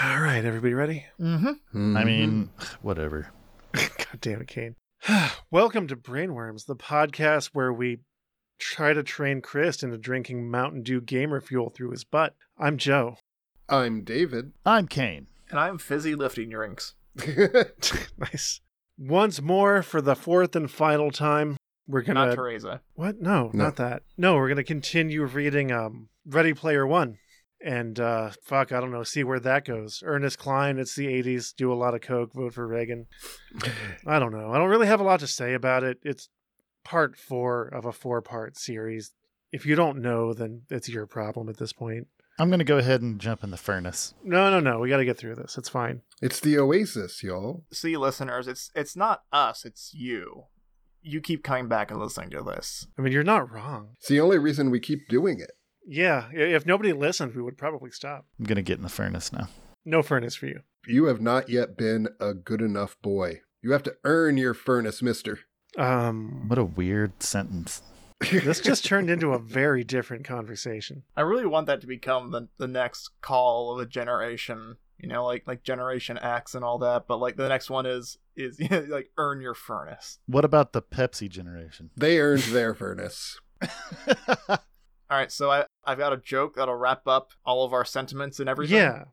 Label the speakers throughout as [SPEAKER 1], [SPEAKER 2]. [SPEAKER 1] Everybody ready? Mm-hmm.
[SPEAKER 2] I mean, whatever.
[SPEAKER 1] God damn it, Kane. Welcome to Brainworms, the podcast where we try to train Chris into drinking Mountain Dew gamer fuel through his butt. I'm Joe.
[SPEAKER 3] I'm David.
[SPEAKER 2] I'm Kane.
[SPEAKER 4] And I'm fizzy lifting drinks.
[SPEAKER 1] nice. Once more, for the fourth and final time, we're gonna
[SPEAKER 4] Not Teresa.
[SPEAKER 1] What? No,
[SPEAKER 3] No.
[SPEAKER 1] not that. No, we're gonna continue reading um Ready Player One. And uh fuck, I don't know, see where that goes. Ernest Klein, it's the eighties, do a lot of coke, vote for Reagan. I don't know. I don't really have a lot to say about it. It's part four of a four part series. If you don't know, then it's your problem at this point.
[SPEAKER 2] I'm going to go ahead and jump in the furnace.
[SPEAKER 1] No, no, no. We gotta get through this. It's fine.
[SPEAKER 3] it's the Oasis, y'all.
[SPEAKER 4] See, listeners, it's it's not us, it's you. You keep coming back and listening to this.
[SPEAKER 1] I mean you're not wrong.
[SPEAKER 3] It's the only reason we keep doing it.
[SPEAKER 1] Yeah. i- If nobody listened, we would probably stop.
[SPEAKER 2] I'm going to get in the furnace now.
[SPEAKER 1] No furnace for you.
[SPEAKER 3] You have not yet been a good enough boy. You have to earn your furnace, mister.
[SPEAKER 1] Um
[SPEAKER 2] What a weird sentence.
[SPEAKER 1] this just turned into a very different conversation.
[SPEAKER 4] I really want that to become the the next call of a generation. You know, like like Generation X and all that. But like the next one is is like earn your furnace.
[SPEAKER 2] What about the Pepsi generation?
[SPEAKER 3] They earned their furnace.
[SPEAKER 4] All right, so I I've got a joke that'll wrap up all of our sentiments and everything.
[SPEAKER 1] Yeah.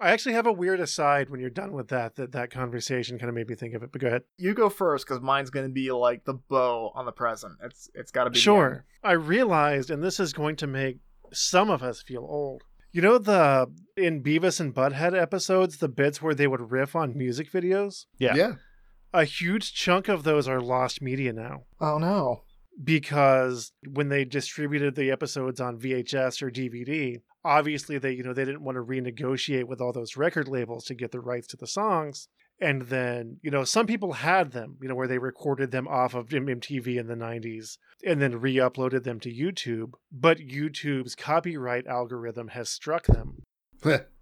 [SPEAKER 1] I actually have a weird aside when you're done with that, that that conversation kind of made me think of it, but go ahead.
[SPEAKER 4] you go first because mine's gonna be like the bow on the present. It's it's got to be the end.
[SPEAKER 1] Sure. I realized, and this is going to make some of us feel old. You know the in Beavis and Butthead episodes, the bits where they would riff on music videos?
[SPEAKER 2] Yeah.
[SPEAKER 3] yeah.
[SPEAKER 1] A huge chunk of those are lost media now.
[SPEAKER 4] Oh no.
[SPEAKER 1] because when they distributed the episodes on VHS or DVD, obviously they you know they didn't want to renegotiate with all those record labels to get the rights to the songs. And then you know some people had them you know where they recorded them off of MTV in the 90s and then re-uploaded them to YouTube, but YouTube's copyright algorithm has struck them.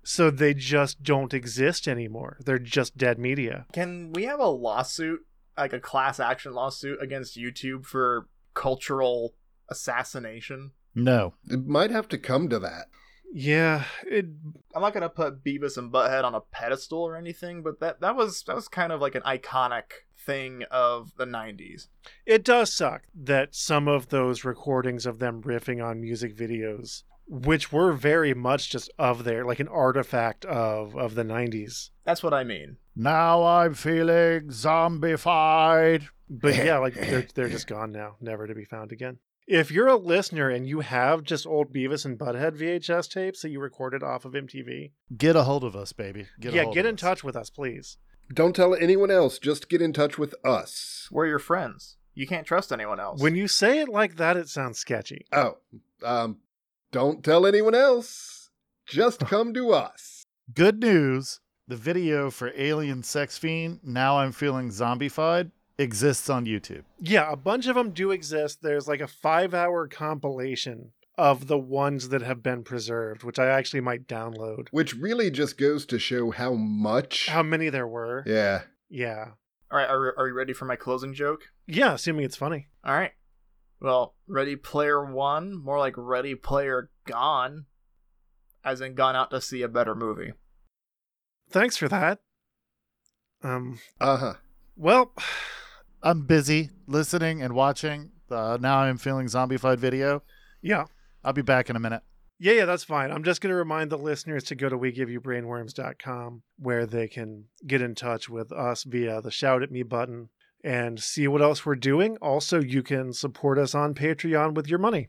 [SPEAKER 1] So they just don't exist anymore. They're just dead media.
[SPEAKER 4] Can we have a lawsuit, like a class action lawsuit against YouTube for cultural assassination?
[SPEAKER 2] No.
[SPEAKER 3] it might have to come to that.
[SPEAKER 1] Yeah, it
[SPEAKER 4] I'm not gonna put Beavis and Butthead on a pedestal or anything, but that that was that was kind of like an iconic thing of the '90s.
[SPEAKER 1] it does suck that some of those recordings of them riffing on music videos which were very much just of their like an artifact of of the 90s
[SPEAKER 4] That's what I mean.
[SPEAKER 2] Now I'm feeling zombified.
[SPEAKER 1] but yeah like they're, they're just gone now never to be found again if you're a listener and you have just old beavis and butthead vhs tapes that you recorded off of mtv
[SPEAKER 2] Get a hold of us, baby. Get a
[SPEAKER 1] yeah
[SPEAKER 2] hold
[SPEAKER 1] get
[SPEAKER 2] of
[SPEAKER 1] in
[SPEAKER 2] us.
[SPEAKER 1] touch with us please
[SPEAKER 3] Don't tell anyone else. Just get in touch with us.
[SPEAKER 4] We're your friends. You can't trust anyone else.
[SPEAKER 1] when you say it like that it sounds sketchy
[SPEAKER 3] Oh, um, don't tell anyone else. Just come to us.
[SPEAKER 2] Good news the video for Alien Sex Fiend, Now I'm Feeling Zombified, exists on YouTube.
[SPEAKER 1] Yeah, a bunch of them do exist. There's like a five hour compilation of the ones that have been preserved, which I actually might download.
[SPEAKER 3] Which really just goes to show how much.
[SPEAKER 1] How many there were.
[SPEAKER 3] yeah.
[SPEAKER 1] Yeah.
[SPEAKER 4] all right, are are you ready for my closing joke?
[SPEAKER 1] Yeah, assuming it's funny.
[SPEAKER 4] All right. Well, Ready Player One, more like Ready Player Gone, as in gone out to see a better movie.
[SPEAKER 1] Thanks for that. Um,
[SPEAKER 3] Uh huh.
[SPEAKER 1] well,
[SPEAKER 2] I'm busy listening and watching the Now I'm Feeling Zombified video.
[SPEAKER 1] yeah.
[SPEAKER 2] I'll be back in a minute.
[SPEAKER 1] Yeah, yeah, that's fine. I'm just going to remind the listeners to go to wegiveyoubrainworms.com where they can get in touch with us via the shout at me button and see what else we're doing. Also, you can support us on Patreon with your money.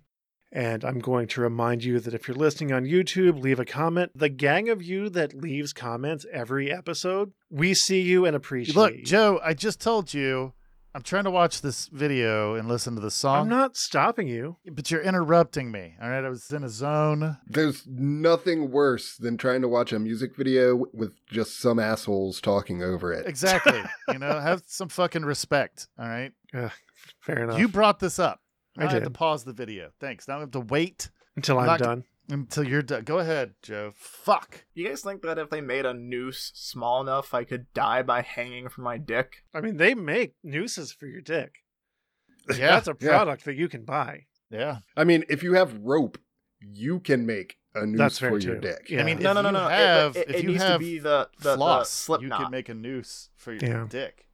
[SPEAKER 1] And I'm going to remind you that if you're listening on YouTube, leave a comment. The gang of you that leaves comments every episode, we see you and appreciate
[SPEAKER 2] Look,
[SPEAKER 1] you.
[SPEAKER 2] Joe, I just told you I'm trying to watch this video and listen to the song,
[SPEAKER 1] I'm not stopping you.
[SPEAKER 2] but you're interrupting me. All right, I was in a zone.
[SPEAKER 3] There's nothing worse than trying to watch a music video with just some assholes talking over it.
[SPEAKER 2] Exactly. you know, have some fucking respect. All right.
[SPEAKER 1] Fair enough.
[SPEAKER 2] You brought this up.
[SPEAKER 1] I
[SPEAKER 2] Now have to
[SPEAKER 1] did.
[SPEAKER 2] pause the video. Thanks. Now I have to wait
[SPEAKER 1] Until I'm
[SPEAKER 2] not-
[SPEAKER 1] done.
[SPEAKER 2] until you're done. Go ahead, Joe. Fuck.
[SPEAKER 4] You guys think that if they made a noose small enough, I could die by hanging from my dick?
[SPEAKER 1] I mean, they make nooses for your dick.
[SPEAKER 2] Yeah.
[SPEAKER 1] That's a
[SPEAKER 3] yeah.
[SPEAKER 1] product that you can buy.
[SPEAKER 2] yeah.
[SPEAKER 3] I mean, if you have rope, you can make a noose
[SPEAKER 1] That's fair
[SPEAKER 3] for your
[SPEAKER 1] too.
[SPEAKER 3] dick.
[SPEAKER 1] Yeah.
[SPEAKER 2] I mean,
[SPEAKER 4] no,
[SPEAKER 2] if
[SPEAKER 4] no, no,
[SPEAKER 2] you
[SPEAKER 4] no. it-
[SPEAKER 2] have-
[SPEAKER 4] it, it,
[SPEAKER 2] if you
[SPEAKER 4] needs
[SPEAKER 2] have
[SPEAKER 4] to be the the, the
[SPEAKER 2] floss.
[SPEAKER 4] slip
[SPEAKER 2] you
[SPEAKER 4] knot.
[SPEAKER 2] can make a noose for your
[SPEAKER 1] Yeah.
[SPEAKER 2] dick.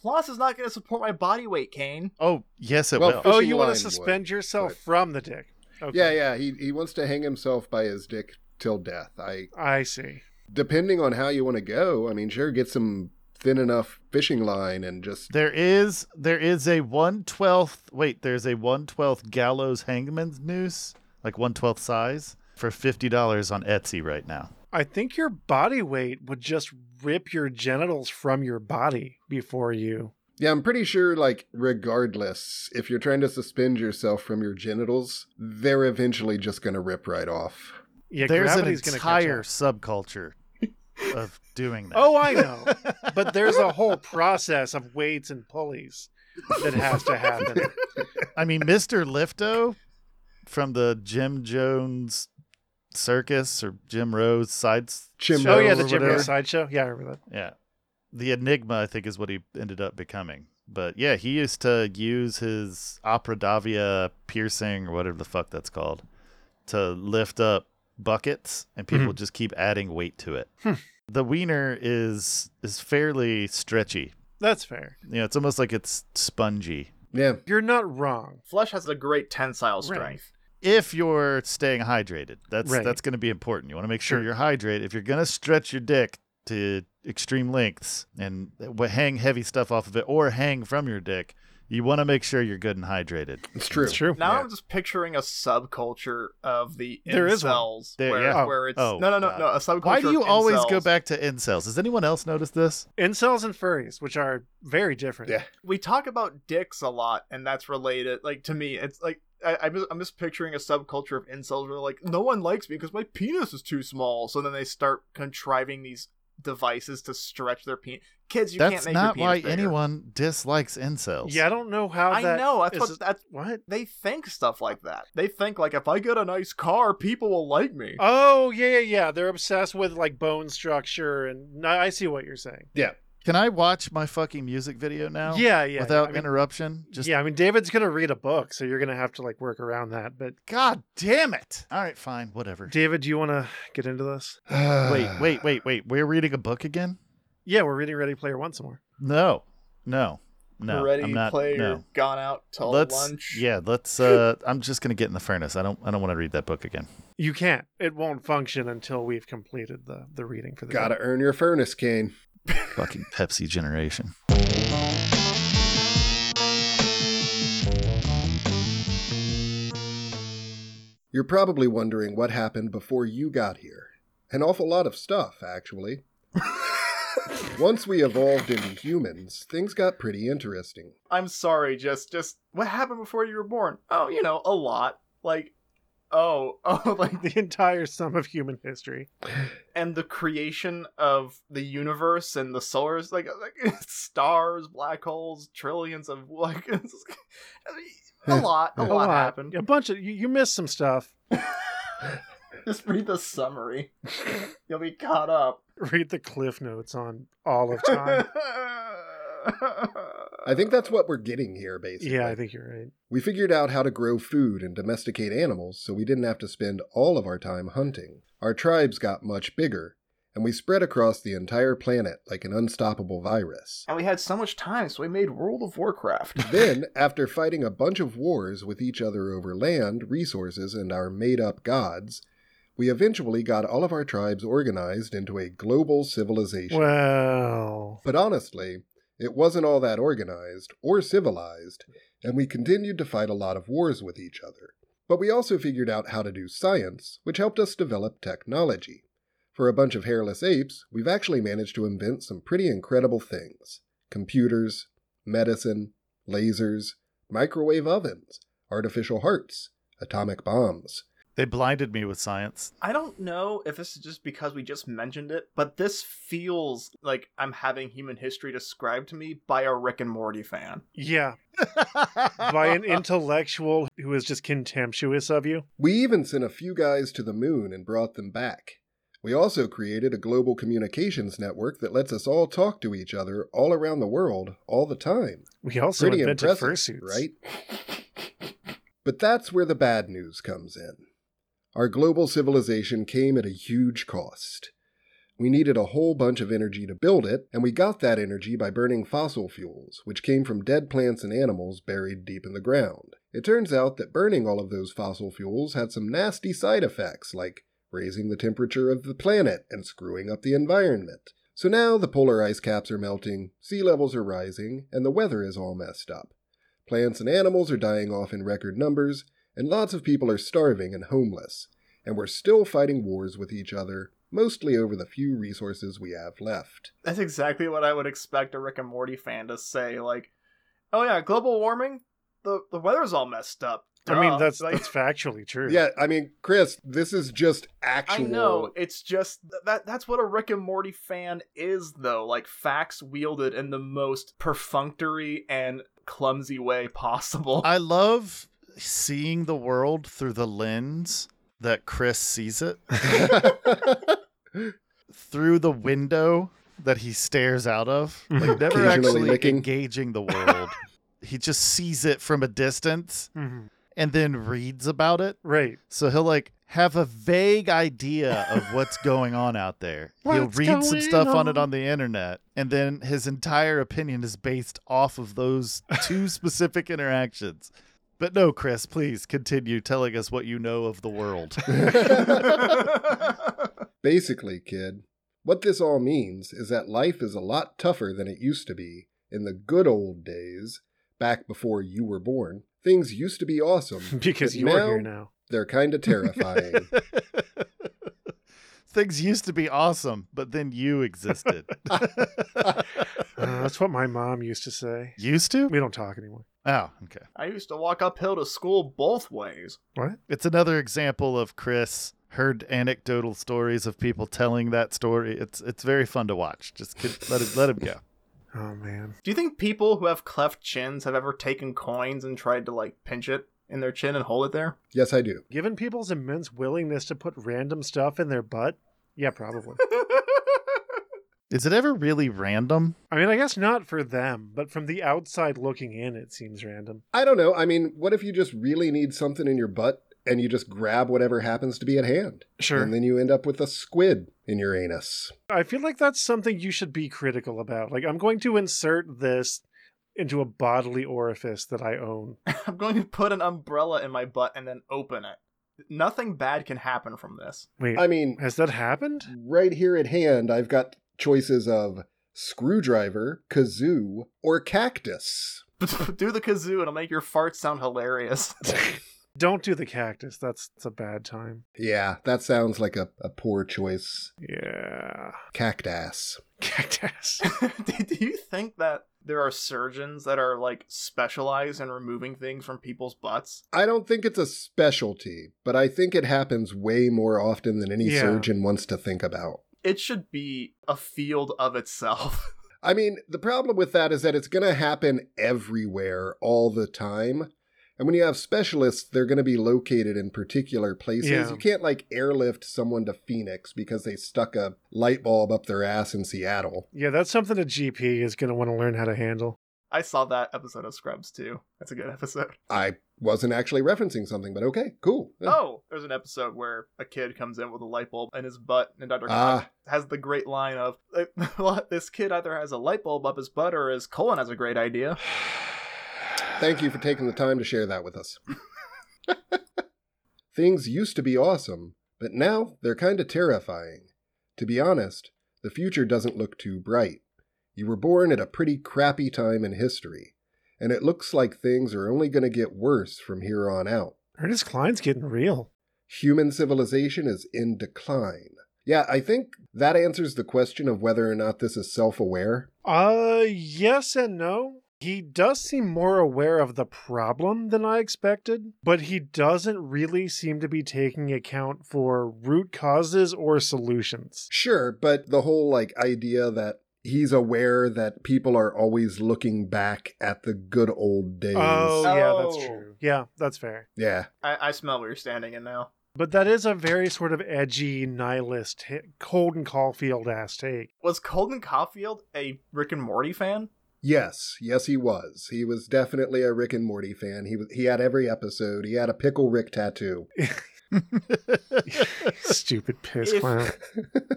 [SPEAKER 4] Floss is not going to support my body weight, Kane.
[SPEAKER 2] Oh, yes, it
[SPEAKER 3] Well,
[SPEAKER 2] will.
[SPEAKER 1] oh,
[SPEAKER 3] fishing
[SPEAKER 1] you want
[SPEAKER 3] line
[SPEAKER 1] to suspend yourself
[SPEAKER 3] but-
[SPEAKER 1] from the dick? Okay.
[SPEAKER 3] Yeah, yeah. He he wants to hang himself by his dick till death. I
[SPEAKER 1] I see.
[SPEAKER 3] depending on how you want to go. I mean, sure, get some thin enough fishing line and just
[SPEAKER 2] There is there is a one twelfth wait, there's a one twelfth gallows hangman's noose, like one twelfth size, for fifty dollars on Etsy right now.
[SPEAKER 1] I think your body weight would just rip your genitals from your body before you.
[SPEAKER 3] yeah. I'm pretty sure, like, regardless, if you're trying to suspend yourself from your genitals, they're eventually just gonna rip right off.
[SPEAKER 1] Yeah,
[SPEAKER 2] there's an
[SPEAKER 1] gravity's gonna catch
[SPEAKER 2] entire
[SPEAKER 1] up.
[SPEAKER 2] subculture of doing that.
[SPEAKER 1] Oh, I know. but there's a whole process of weights and pulleys that has to happen.
[SPEAKER 2] I mean, Mr. Lifto from the Jim Jones circus or Jim Rose sides.
[SPEAKER 3] Jim
[SPEAKER 2] show
[SPEAKER 1] oh yeah,
[SPEAKER 3] Rose
[SPEAKER 1] the
[SPEAKER 2] or
[SPEAKER 1] Jim
[SPEAKER 2] whatever.
[SPEAKER 1] Rose sideshow. Yeah, I remember that.
[SPEAKER 2] Yeah. The Enigma, I think, is what he ended up becoming. But yeah, he used to use his opera davia piercing or whatever the fuck that's called to lift up buckets, and people just keep adding weight to it.
[SPEAKER 1] Hmm.
[SPEAKER 2] The wiener is is fairly stretchy.
[SPEAKER 1] That's fair.
[SPEAKER 2] You know, it's almost like it's spongy.
[SPEAKER 3] Yeah,
[SPEAKER 1] You're not wrong.
[SPEAKER 4] Flesh has a great tensile
[SPEAKER 1] Right.
[SPEAKER 4] strength.
[SPEAKER 2] If you're staying hydrated, that's
[SPEAKER 1] Right.
[SPEAKER 2] that's going to be important. You want to make sure
[SPEAKER 1] Sure.
[SPEAKER 2] you're hydrated. If you're going to stretch your dick to extreme lengths and w- hang heavy stuff off of it or hang from your dick, you want to make sure you're good and hydrated.
[SPEAKER 3] it's true.
[SPEAKER 1] It's true.
[SPEAKER 4] Now
[SPEAKER 2] Oh, Yeah.
[SPEAKER 4] I'm just picturing a subculture of the incels
[SPEAKER 1] There is one.
[SPEAKER 2] There-
[SPEAKER 4] where,
[SPEAKER 2] yeah.
[SPEAKER 4] where it's
[SPEAKER 2] Oh,
[SPEAKER 4] no, no, no,
[SPEAKER 2] God.
[SPEAKER 4] no. A subculture.
[SPEAKER 2] Why do you
[SPEAKER 4] of
[SPEAKER 2] always go
[SPEAKER 4] incels.
[SPEAKER 2] back to incels? Does anyone else notice this?
[SPEAKER 1] Incels and furries, which are very different.
[SPEAKER 3] Yeah.
[SPEAKER 4] we talk about dicks a lot, and that's related. Like to me, it's like I, I'm just I'm just picturing a subculture of incels where like no one likes me because my penis is too small. So then they start contriving these devices to stretch their penis. Kids, you can't
[SPEAKER 2] That's
[SPEAKER 4] make
[SPEAKER 2] not
[SPEAKER 4] your
[SPEAKER 2] why
[SPEAKER 4] penis bigger.
[SPEAKER 2] anyone dislikes incels.
[SPEAKER 1] Yeah, I don't know how
[SPEAKER 4] I
[SPEAKER 1] that.
[SPEAKER 4] know that's
[SPEAKER 1] is
[SPEAKER 4] what
[SPEAKER 1] it-
[SPEAKER 4] that's
[SPEAKER 1] What?
[SPEAKER 4] they think stuff like that. They think like if I get a nice car, people will like me.
[SPEAKER 1] Oh yeah, yeah, yeah. They're obsessed with like bone structure, and no, I see what you're saying.
[SPEAKER 2] Can I watch my fucking music video now?
[SPEAKER 1] yeah, yeah.
[SPEAKER 2] Without
[SPEAKER 1] I mean,
[SPEAKER 2] interruption? Just
[SPEAKER 1] yeah, I mean, David's gonna read a book, so you're gonna have to like work around that. But
[SPEAKER 2] God damn it. All right, fine, whatever.
[SPEAKER 1] David, do you want to get into this?
[SPEAKER 2] wait, wait, wait, wait. We're reading a book again?
[SPEAKER 1] Yeah, we're reading Ready Player One some more.
[SPEAKER 2] No, no, no.
[SPEAKER 4] Ready
[SPEAKER 2] I'm not,
[SPEAKER 4] player
[SPEAKER 2] No.
[SPEAKER 4] gone out to
[SPEAKER 2] Let's
[SPEAKER 4] lunch.
[SPEAKER 2] yeah. Let's. Uh, I'm just gonna get in the furnace. I don't. I don't want to read that book again.
[SPEAKER 1] You can't. It won't function until we've completed the the reading for the
[SPEAKER 3] Gotta earn your furnace, Kane.
[SPEAKER 2] Fucking Pepsi generation.
[SPEAKER 3] You're probably wondering what happened before you got here. An awful lot of stuff, actually. Once we evolved into humans, things got pretty interesting.
[SPEAKER 4] I'm sorry, just just what happened before you were born? Oh, you know, a lot. Like oh, oh like
[SPEAKER 1] the entire sum of human history.
[SPEAKER 4] and the creation of the universe and the solar like, like stars, black holes, trillions of like it's- I mean, a lot, a, lot, happened.
[SPEAKER 1] A bunch of you, you missed some stuff.
[SPEAKER 4] Just read the summary. You'll be caught up.
[SPEAKER 1] Read the cliff notes on all of time.
[SPEAKER 3] I think that's what we're getting here, basically.
[SPEAKER 1] yeah, I think you're right.
[SPEAKER 3] We figured out how to grow food and domesticate animals so we didn't have to spend all of our time hunting. Our tribes got much bigger, and we spread across the entire planet like an unstoppable virus.
[SPEAKER 4] and we had so much time, so we made World of Warcraft.
[SPEAKER 3] then, after fighting a bunch of wars with each other over land, resources, and our made up gods, we eventually got all of our tribes organized into a global civilization.
[SPEAKER 1] Well,
[SPEAKER 3] But honestly, it wasn't all that organized or civilized, and we continued to fight a lot of wars with each other. But we also figured out how to do science, which helped us develop technology. For a bunch of hairless apes, we've actually managed to invent some pretty incredible things computers, medicine, lasers, microwave ovens, artificial hearts, atomic bombs.
[SPEAKER 2] They blinded me with science.
[SPEAKER 4] I don't know if this is just because we just mentioned it, but this feels like I'm having human history described to me by a Rick and Morty fan.
[SPEAKER 1] yeah, by an intellectual who is just contemptuous of you.
[SPEAKER 3] We even sent a few guys to the moon and brought them back. We also created a global communications network that lets us all talk to each other all around the world all the time.
[SPEAKER 1] We also
[SPEAKER 3] Pretty
[SPEAKER 1] invented
[SPEAKER 3] impressive,
[SPEAKER 1] fursuits.
[SPEAKER 3] right? But that's where the bad news comes in. Our global civilization came at a huge cost. We needed a whole bunch of energy to build it, and we got that energy by burning fossil fuels, which came from dead plants and animals buried deep in the ground. It turns out that burning all of those fossil fuels had some nasty side effects, like raising the temperature of the planet and screwing up the environment. So now the polar ice caps are melting, sea levels are rising, and the weather is all messed up. Plants and animals are dying off in record numbers, and lots of people are starving and homeless. And we're still fighting wars with each other, mostly over the few resources we have left.
[SPEAKER 4] That's exactly what I would expect a Rick and Morty fan to say. Like, oh yeah, global warming. The the weather's all messed up.
[SPEAKER 1] I mean,
[SPEAKER 4] Duh."
[SPEAKER 1] that's
[SPEAKER 4] Oh, like,
[SPEAKER 1] that's factually true.
[SPEAKER 3] Yeah, I mean, Chris, this is just
[SPEAKER 4] I
[SPEAKER 3] actual.
[SPEAKER 4] know. It's just that that's what a Rick and Morty fan is, though. Like facts wielded in the most perfunctory and clumsy way possible.
[SPEAKER 2] I love seeing the world through the lens that Chris sees it through the window that he stares out of, like never
[SPEAKER 3] Occasionally
[SPEAKER 2] actually
[SPEAKER 3] looking.
[SPEAKER 2] engaging the world. he just sees it from a distance
[SPEAKER 1] Mhm.
[SPEAKER 2] and then reads about it.
[SPEAKER 1] Right.
[SPEAKER 2] So he'll like have a vague idea of what's going on out there. he'll
[SPEAKER 1] What's
[SPEAKER 2] read some
[SPEAKER 1] going
[SPEAKER 2] stuff on? it
[SPEAKER 1] on?
[SPEAKER 2] on the internet, and then his entire opinion is based off of those two specific interactions. But no, Chris, please continue telling us what you know of the world.
[SPEAKER 3] Basically, kid, what this all means is that life is a lot tougher than it used to be in the good old days, back before you were born. Things used to be awesome.
[SPEAKER 1] Because
[SPEAKER 3] but
[SPEAKER 1] you are here now.
[SPEAKER 3] They're kind of terrifying.
[SPEAKER 2] Things used to be awesome, but then you existed.
[SPEAKER 1] Uh, that's what my mom used to say.
[SPEAKER 2] used to?
[SPEAKER 1] We don't talk anymore.
[SPEAKER 2] Oh, okay.
[SPEAKER 4] I used to walk uphill to school both ways.
[SPEAKER 2] It's another example of Chris heard anecdotal stories of people telling that story. It's it's very fun to watch. Just kid, let it, let him go.
[SPEAKER 1] Oh man.
[SPEAKER 4] Do you think people who have cleft chins have ever taken coins and tried to like pinch it in their chin and hold it there?
[SPEAKER 3] yes, I do.
[SPEAKER 1] Given people's immense willingness to put random stuff in their butt, yeah, probably.
[SPEAKER 2] Is it ever really random?
[SPEAKER 1] I mean, I guess not for them, but from the outside looking in, it seems random.
[SPEAKER 3] I don't know. I mean, what if you just really need something in your butt and you just grab whatever happens to be at hand?
[SPEAKER 1] Sure.
[SPEAKER 3] And then you end up with a squid in your anus.
[SPEAKER 1] I feel like that's something you should be critical about. Like, I'm going to insert this into a bodily orifice that I own.
[SPEAKER 4] I'm going to put an umbrella in my butt and then open it. Nothing bad can happen from this.
[SPEAKER 1] Wait,
[SPEAKER 3] I mean,
[SPEAKER 1] has that happened?
[SPEAKER 3] right here at hand, I've got choices of screwdriver, kazoo, or cactus.
[SPEAKER 4] Do the kazoo, it'll make your farts sound hilarious.
[SPEAKER 1] Don't do the cactus. That's, that's a bad time.
[SPEAKER 3] Yeah, that sounds like a, a poor choice.
[SPEAKER 1] Yeah.
[SPEAKER 3] Cactus.
[SPEAKER 1] Cactus.
[SPEAKER 4] do, do you think that there are surgeons that are like specialized in removing things from people's butts?
[SPEAKER 3] I don't think it's a specialty, but I think it happens way more often than any
[SPEAKER 1] Yeah.
[SPEAKER 3] surgeon wants to think about.
[SPEAKER 4] It should be a field of itself.
[SPEAKER 3] I mean, the problem with that is that it's going to happen everywhere all the time. And when you have specialists, they're going to be located in particular places.
[SPEAKER 1] Yeah.
[SPEAKER 3] You can't like airlift someone to Phoenix because they stuck a light bulb up their ass in Seattle.
[SPEAKER 1] yeah, that's something a GP is going to want to learn how to handle.
[SPEAKER 4] I saw that episode of Scrubs too. That's a good episode.
[SPEAKER 3] I wasn't actually referencing something, but okay, cool.
[SPEAKER 4] Oh, there's an episode where a kid comes in with a light bulb in his butt, and Dr. Cox
[SPEAKER 3] Ah,
[SPEAKER 4] has the great line of, like, well, "This kid either has a light bulb up his butt, or his colon has a great idea."
[SPEAKER 3] thank you for taking the time to share that with us. Things used to be awesome, but now they're kind of terrifying. To be honest, the future doesn't look too bright. You were born at a pretty crappy time in history, and it looks like things are only going to get worse from here on out.
[SPEAKER 1] Ernest Klein's getting real.
[SPEAKER 3] Human civilization is in decline. Yeah, I think that answers the question of whether or not this is self aware.
[SPEAKER 1] Uh, yes and no. He does seem more aware of the problem than I expected, but he doesn't really seem to be taking account for root causes or solutions.
[SPEAKER 3] Sure, but the whole like idea that he's aware that people are always looking back at the good old days.
[SPEAKER 1] Oh, yeah, that's
[SPEAKER 4] Oh.
[SPEAKER 1] true. Yeah, that's fair.
[SPEAKER 3] Yeah.
[SPEAKER 4] I, I smell where you're standing in now.
[SPEAKER 1] But that is a very sort of edgy, nihilist, hi- cold and Caulfield ass take.
[SPEAKER 4] Was Colton Caulfield a Rick and Morty fan?
[SPEAKER 3] Yes, yes he was. He was definitely a Rick and Morty fan. He was, he had every episode. He had a pickle Rick tattoo.
[SPEAKER 1] Stupid piss
[SPEAKER 4] If-
[SPEAKER 1] clown.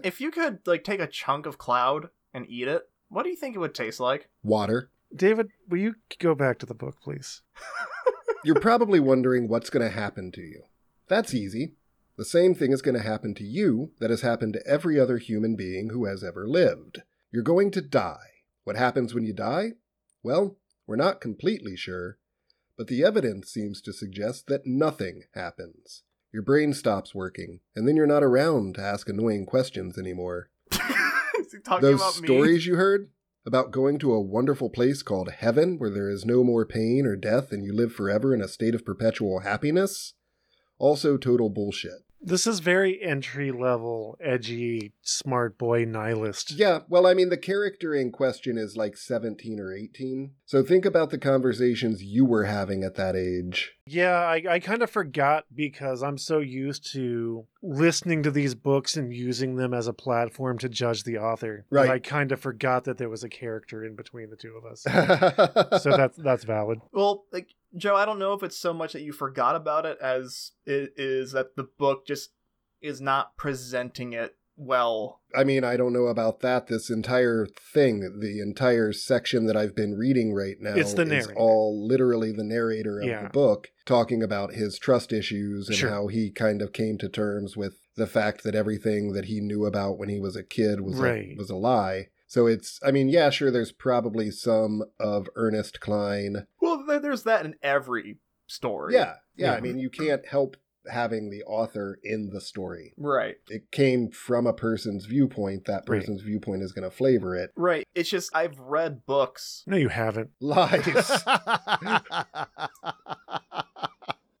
[SPEAKER 4] if you could like take a chunk of cloud and eat it, what do you think it would taste like?
[SPEAKER 3] Water.
[SPEAKER 1] David, will you go back to the book, please?
[SPEAKER 3] You're probably wondering what's going to happen to you. That's easy. The same thing is going to happen to you that has happened to every other human being who has ever lived. You're going to die. What happens when you die? Well, we're not completely sure, but the evidence seems to suggest that nothing happens. Your brain stops working, and then you're not around to ask annoying questions anymore.
[SPEAKER 4] Is he talking
[SPEAKER 3] Those
[SPEAKER 4] about me?
[SPEAKER 3] stories you heard about going to a wonderful place called heaven where there is no more pain or death and you live forever in a state of perpetual happiness? Also, total bullshit.
[SPEAKER 1] This is very entry level, edgy, smart boy nihilist.
[SPEAKER 3] Yeah, well, I mean, the character in question is like 17 or 18. So think about the conversations you were having at that age.
[SPEAKER 1] Yeah, I, I kind of forgot because I'm so used to listening to these books and using them as a platform to judge the author. that
[SPEAKER 3] Right.
[SPEAKER 1] I kind of forgot that there was a character in between the two of us. so
[SPEAKER 3] so
[SPEAKER 1] that's that's valid.
[SPEAKER 4] Well, like Joe, I don't know if it's so much that you forgot about it as it is that the book just is not presenting it well.
[SPEAKER 3] I mean, I don't know about that. This entire thing, the entire section that I've been reading right now,
[SPEAKER 1] It's the
[SPEAKER 3] is
[SPEAKER 1] narrator.
[SPEAKER 3] all literally the narrator of the
[SPEAKER 1] Yeah.
[SPEAKER 3] book talking about his trust issues and
[SPEAKER 1] Sure.
[SPEAKER 3] how he kind of came to terms with the fact that everything that he knew about when he was a kid was a,
[SPEAKER 1] Right.
[SPEAKER 3] was a lie. So it's, I mean, yeah, sure, there's probably some of Ernest Klein.
[SPEAKER 4] Well, there- there's that in every story.
[SPEAKER 3] Yeah, yeah. I
[SPEAKER 1] Yeah.
[SPEAKER 3] mean, you can't help having the author in the story.
[SPEAKER 4] Right.
[SPEAKER 3] It came from a person's viewpoint. That
[SPEAKER 1] Right.
[SPEAKER 3] person's viewpoint is going to flavor it.
[SPEAKER 4] Right. It's just I've read books
[SPEAKER 1] No, you haven't.
[SPEAKER 3] Lies.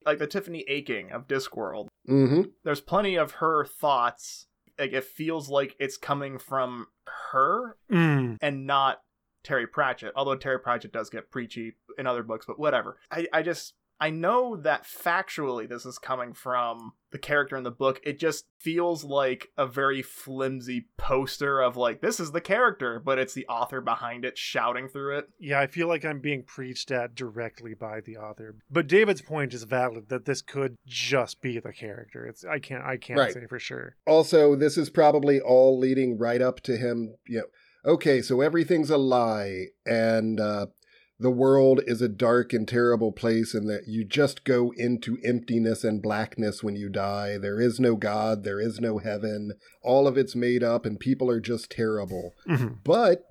[SPEAKER 4] like the Tiffany Aching of Discworld.
[SPEAKER 3] mm-hmm.
[SPEAKER 4] There's plenty of her thoughts. Like it feels like it's coming from her
[SPEAKER 1] Mm.
[SPEAKER 4] and not Terry Pratchett. Although Terry Pratchett does get preachy in other books, but whatever. I, I just I know that factually this is coming from the character in the book. It just feels like a very flimsy poster of like this is the character, but it's the author behind it shouting through it.
[SPEAKER 1] Yeah, I feel like I'm being preached at directly by the author. But David's point is valid that this could just be the character. It's I can't I can't
[SPEAKER 3] Right.
[SPEAKER 1] say for sure.
[SPEAKER 3] Also, this is probably all leading right up to him. You know, okay, so everything's a lie, and uh, the world is a dark and terrible place, and that you just go into emptiness and blackness when you die. There is no God, there is no heaven. All of it's made up, and people are just terrible.
[SPEAKER 1] Mhm.
[SPEAKER 3] But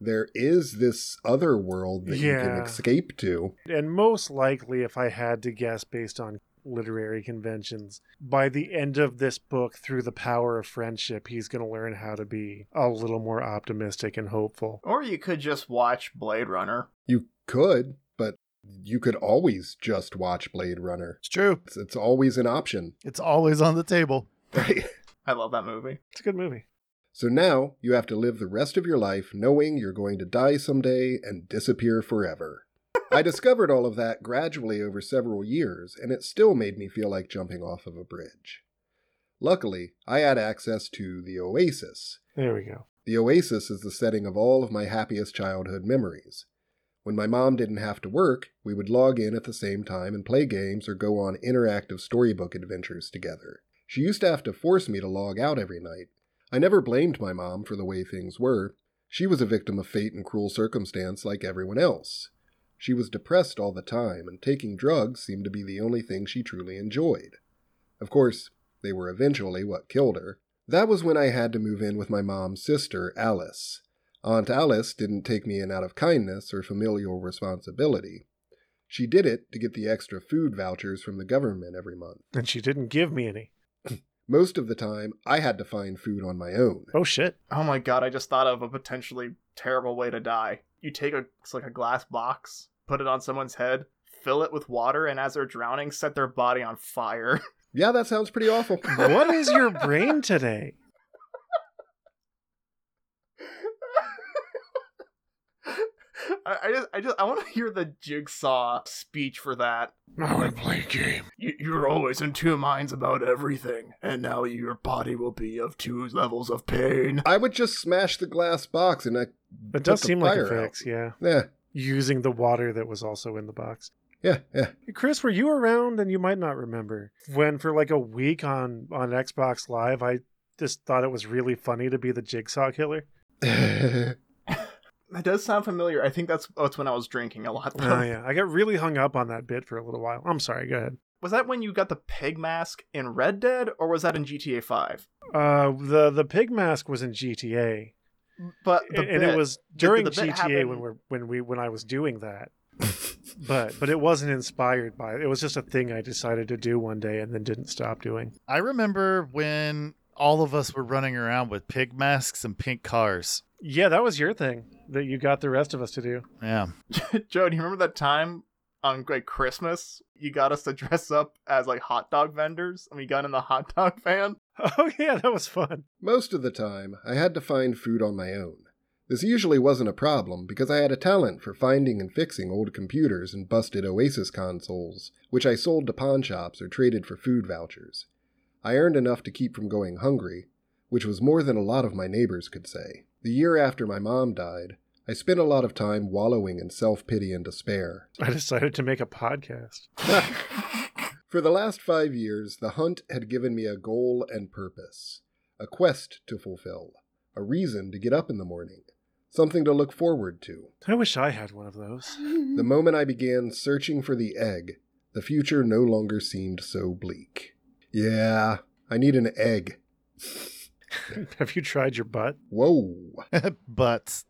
[SPEAKER 3] there is this other world that you can
[SPEAKER 1] Yeah.
[SPEAKER 3] escape to.
[SPEAKER 1] And most likely, if I had to guess based on literary conventions, by the end of this book, through the power of friendship, he's going to learn how to be a little more optimistic and hopeful.
[SPEAKER 4] Or you could just watch Blade Runner.
[SPEAKER 3] You could, but you could always just watch Blade Runner.
[SPEAKER 2] it's true.
[SPEAKER 3] It's, it's always an option.
[SPEAKER 2] It's always on the table.
[SPEAKER 3] Right.
[SPEAKER 4] I love that movie.
[SPEAKER 1] It's a good movie.
[SPEAKER 3] So now you have to live the rest of your life knowing you're going to die someday and disappear forever. I discovered all of that gradually over several years, and it still made me feel like jumping off of a bridge. Luckily, I had access to the Oasis.
[SPEAKER 1] There we go.
[SPEAKER 3] The Oasis is the setting of all of my happiest childhood memories. When my mom didn't have to work, we would log in at the same time and play games or go on interactive storybook adventures together. She used to have to force me to log out every night. I never blamed my mom for the way things were. She was a victim of fate and cruel circumstance like everyone else. She was depressed all the time, and taking drugs seemed to be the only thing she truly enjoyed. Of course, they were eventually what killed her. That was when I had to move in with my mom's sister, Alice. Aunt Alice didn't take me in out of kindness or familial responsibility. She did it to get the extra food vouchers from the government every month.
[SPEAKER 1] And she didn't give me any.
[SPEAKER 3] Most of the time, I had to find food on my own.
[SPEAKER 1] Oh, shit.
[SPEAKER 4] Oh my god, I just thought of a potentially terrible way to die. You take a it's like a glass box, put it on someone's head, fill it with water, and as they're drowning, set their body on fire.
[SPEAKER 3] Yeah, that sounds pretty awful.
[SPEAKER 1] What is your brain today?
[SPEAKER 4] I, I just I just I wanna hear the jigsaw speech for that.
[SPEAKER 1] Now
[SPEAKER 3] Oh,
[SPEAKER 1] I play game.
[SPEAKER 4] You, you're always in two minds about everything, and now your body will be of two levels of pain.
[SPEAKER 3] I would just smash the glass box and I.
[SPEAKER 1] That does
[SPEAKER 3] the
[SPEAKER 1] seem like a
[SPEAKER 3] fire out.
[SPEAKER 1] fix, yeah.
[SPEAKER 3] Eh,
[SPEAKER 1] Using the water that was also in the box.
[SPEAKER 3] Yeah, yeah.
[SPEAKER 1] Chris, were you around? And you might not remember when, for like a week on on Xbox Live, I just thought it was really funny to be the Jigsaw killer.
[SPEAKER 4] That does sound familiar. I think that's that's when I was drinking a lot. though.
[SPEAKER 1] Oh yeah, I got really hung up on that bit for a little while. I'm sorry. Go ahead.
[SPEAKER 4] Was that when you got the pig mask in Red Dead, or was that in GTA Five?
[SPEAKER 1] Uh, the the pig mask was in GTA,
[SPEAKER 4] But
[SPEAKER 1] and,
[SPEAKER 4] the
[SPEAKER 1] and
[SPEAKER 4] bit-
[SPEAKER 1] it was
[SPEAKER 4] the
[SPEAKER 1] during
[SPEAKER 4] bit
[SPEAKER 1] GTA when
[SPEAKER 4] happened-
[SPEAKER 1] we're when we when I was doing that. but but it wasn't inspired by it. It was just a thing I decided to do one day and then didn't stop doing.
[SPEAKER 2] I remember when all of us were running around with pig masks and pink cars.
[SPEAKER 1] Yeah, that was your thing that you got the rest of us to do.
[SPEAKER 2] Yeah.
[SPEAKER 4] Joe, do you remember that time on like Christmas you got us to dress up as like hot dog vendors and we got in the hot dog van?
[SPEAKER 1] Oh yeah, that was fun.
[SPEAKER 3] Most of the time, I had to find food on my own. This usually wasn't a problem because I had a talent for finding and fixing old computers and busted Oasis consoles, which I sold to pawn shops or traded for food vouchers. I earned enough to keep from going hungry, which was more than a lot of my neighbors could say. The year after my mom died, I spent a lot of time wallowing in self pity and despair.
[SPEAKER 1] I decided to make a podcast.
[SPEAKER 3] For the last five years, the hunt had given me a goal and purpose, a quest to fulfill, a reason to get up in the morning, something to look forward to.
[SPEAKER 1] I wish I had one of those.
[SPEAKER 3] The moment I began searching for the egg, the future no longer seemed so bleak. Yeah, I need an egg.
[SPEAKER 1] Have you tried your butt?
[SPEAKER 3] Whoa.
[SPEAKER 2] but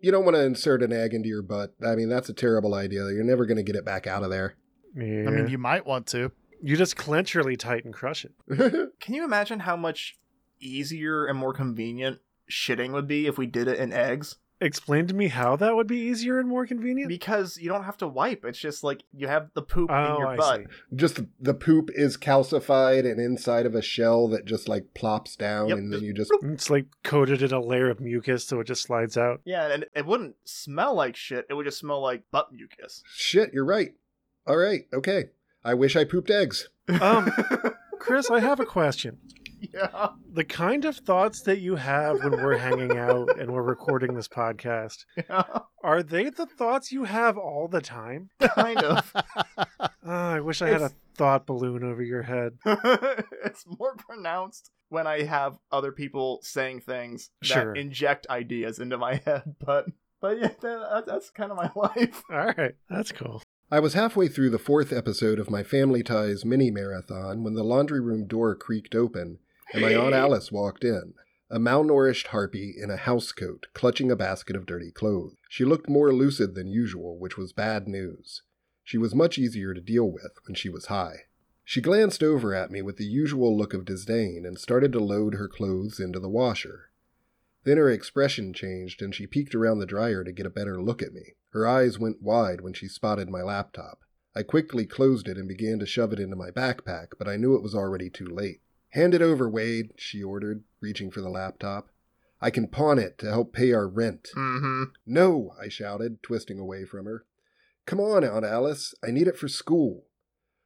[SPEAKER 3] You don't want to insert an egg into your butt. I mean, that's a terrible idea. You're never going to get it back out of there.
[SPEAKER 1] Yeah.
[SPEAKER 2] I mean, you might want to.
[SPEAKER 1] you just clench really tight and crush it.
[SPEAKER 4] Can you imagine how much easier and more convenient shitting would be if we did it in eggs?
[SPEAKER 1] Explain to me how that would be easier and more convenient.
[SPEAKER 4] Because you don't have to wipe. It's just like you have the poop in your
[SPEAKER 1] Oh, I
[SPEAKER 4] butt.
[SPEAKER 1] see.
[SPEAKER 3] just the, the poop is calcified and inside of a shell that just like plops down
[SPEAKER 4] Yep,
[SPEAKER 3] and
[SPEAKER 4] just
[SPEAKER 3] then you just
[SPEAKER 1] It's like coated in a layer of mucus, so it just slides out.
[SPEAKER 4] Yeah, and it wouldn't smell like shit. It would just smell like butt mucus.
[SPEAKER 3] Shit, you're right. All right, okay. I wish I pooped eggs.
[SPEAKER 1] Um, Chris, I have a question.
[SPEAKER 4] yeah.
[SPEAKER 1] The kind of thoughts that you have when we're hanging out and we're recording this podcast,
[SPEAKER 4] yeah.
[SPEAKER 1] are they the thoughts you have all the time?
[SPEAKER 4] Kind of.
[SPEAKER 1] Ah, I wish I had a
[SPEAKER 4] It's-
[SPEAKER 1] thought balloon over your head.
[SPEAKER 4] it's more pronounced when I have other people saying things
[SPEAKER 1] Sure.
[SPEAKER 4] that inject ideas into my head. But but yeah, that, that's kind of my life.
[SPEAKER 1] All right, that's cool.
[SPEAKER 3] I was halfway through the fourth episode of my Family Ties mini marathon when the laundry room door creaked open and my Aunt Alice walked in, a malnourished harpy in a house coat clutching a basket of dirty clothes. She looked more lucid than usual, which was bad news. She was much easier to deal with when she was high. She glanced over at me with the usual look of disdain and started to load her clothes into the washer. Then her expression changed and she peeked around the dryer to get a better look at me. Her eyes went wide when she spotted my laptop. I quickly closed it and began to shove it into my backpack, but I knew it was already too late. Hand it over, Wade, she ordered, reaching for the laptop. I can pawn it to help pay our rent.
[SPEAKER 4] Mm-hmm.
[SPEAKER 3] No, I shouted, twisting away from her. Come on, Aunt Alice, I need it for school.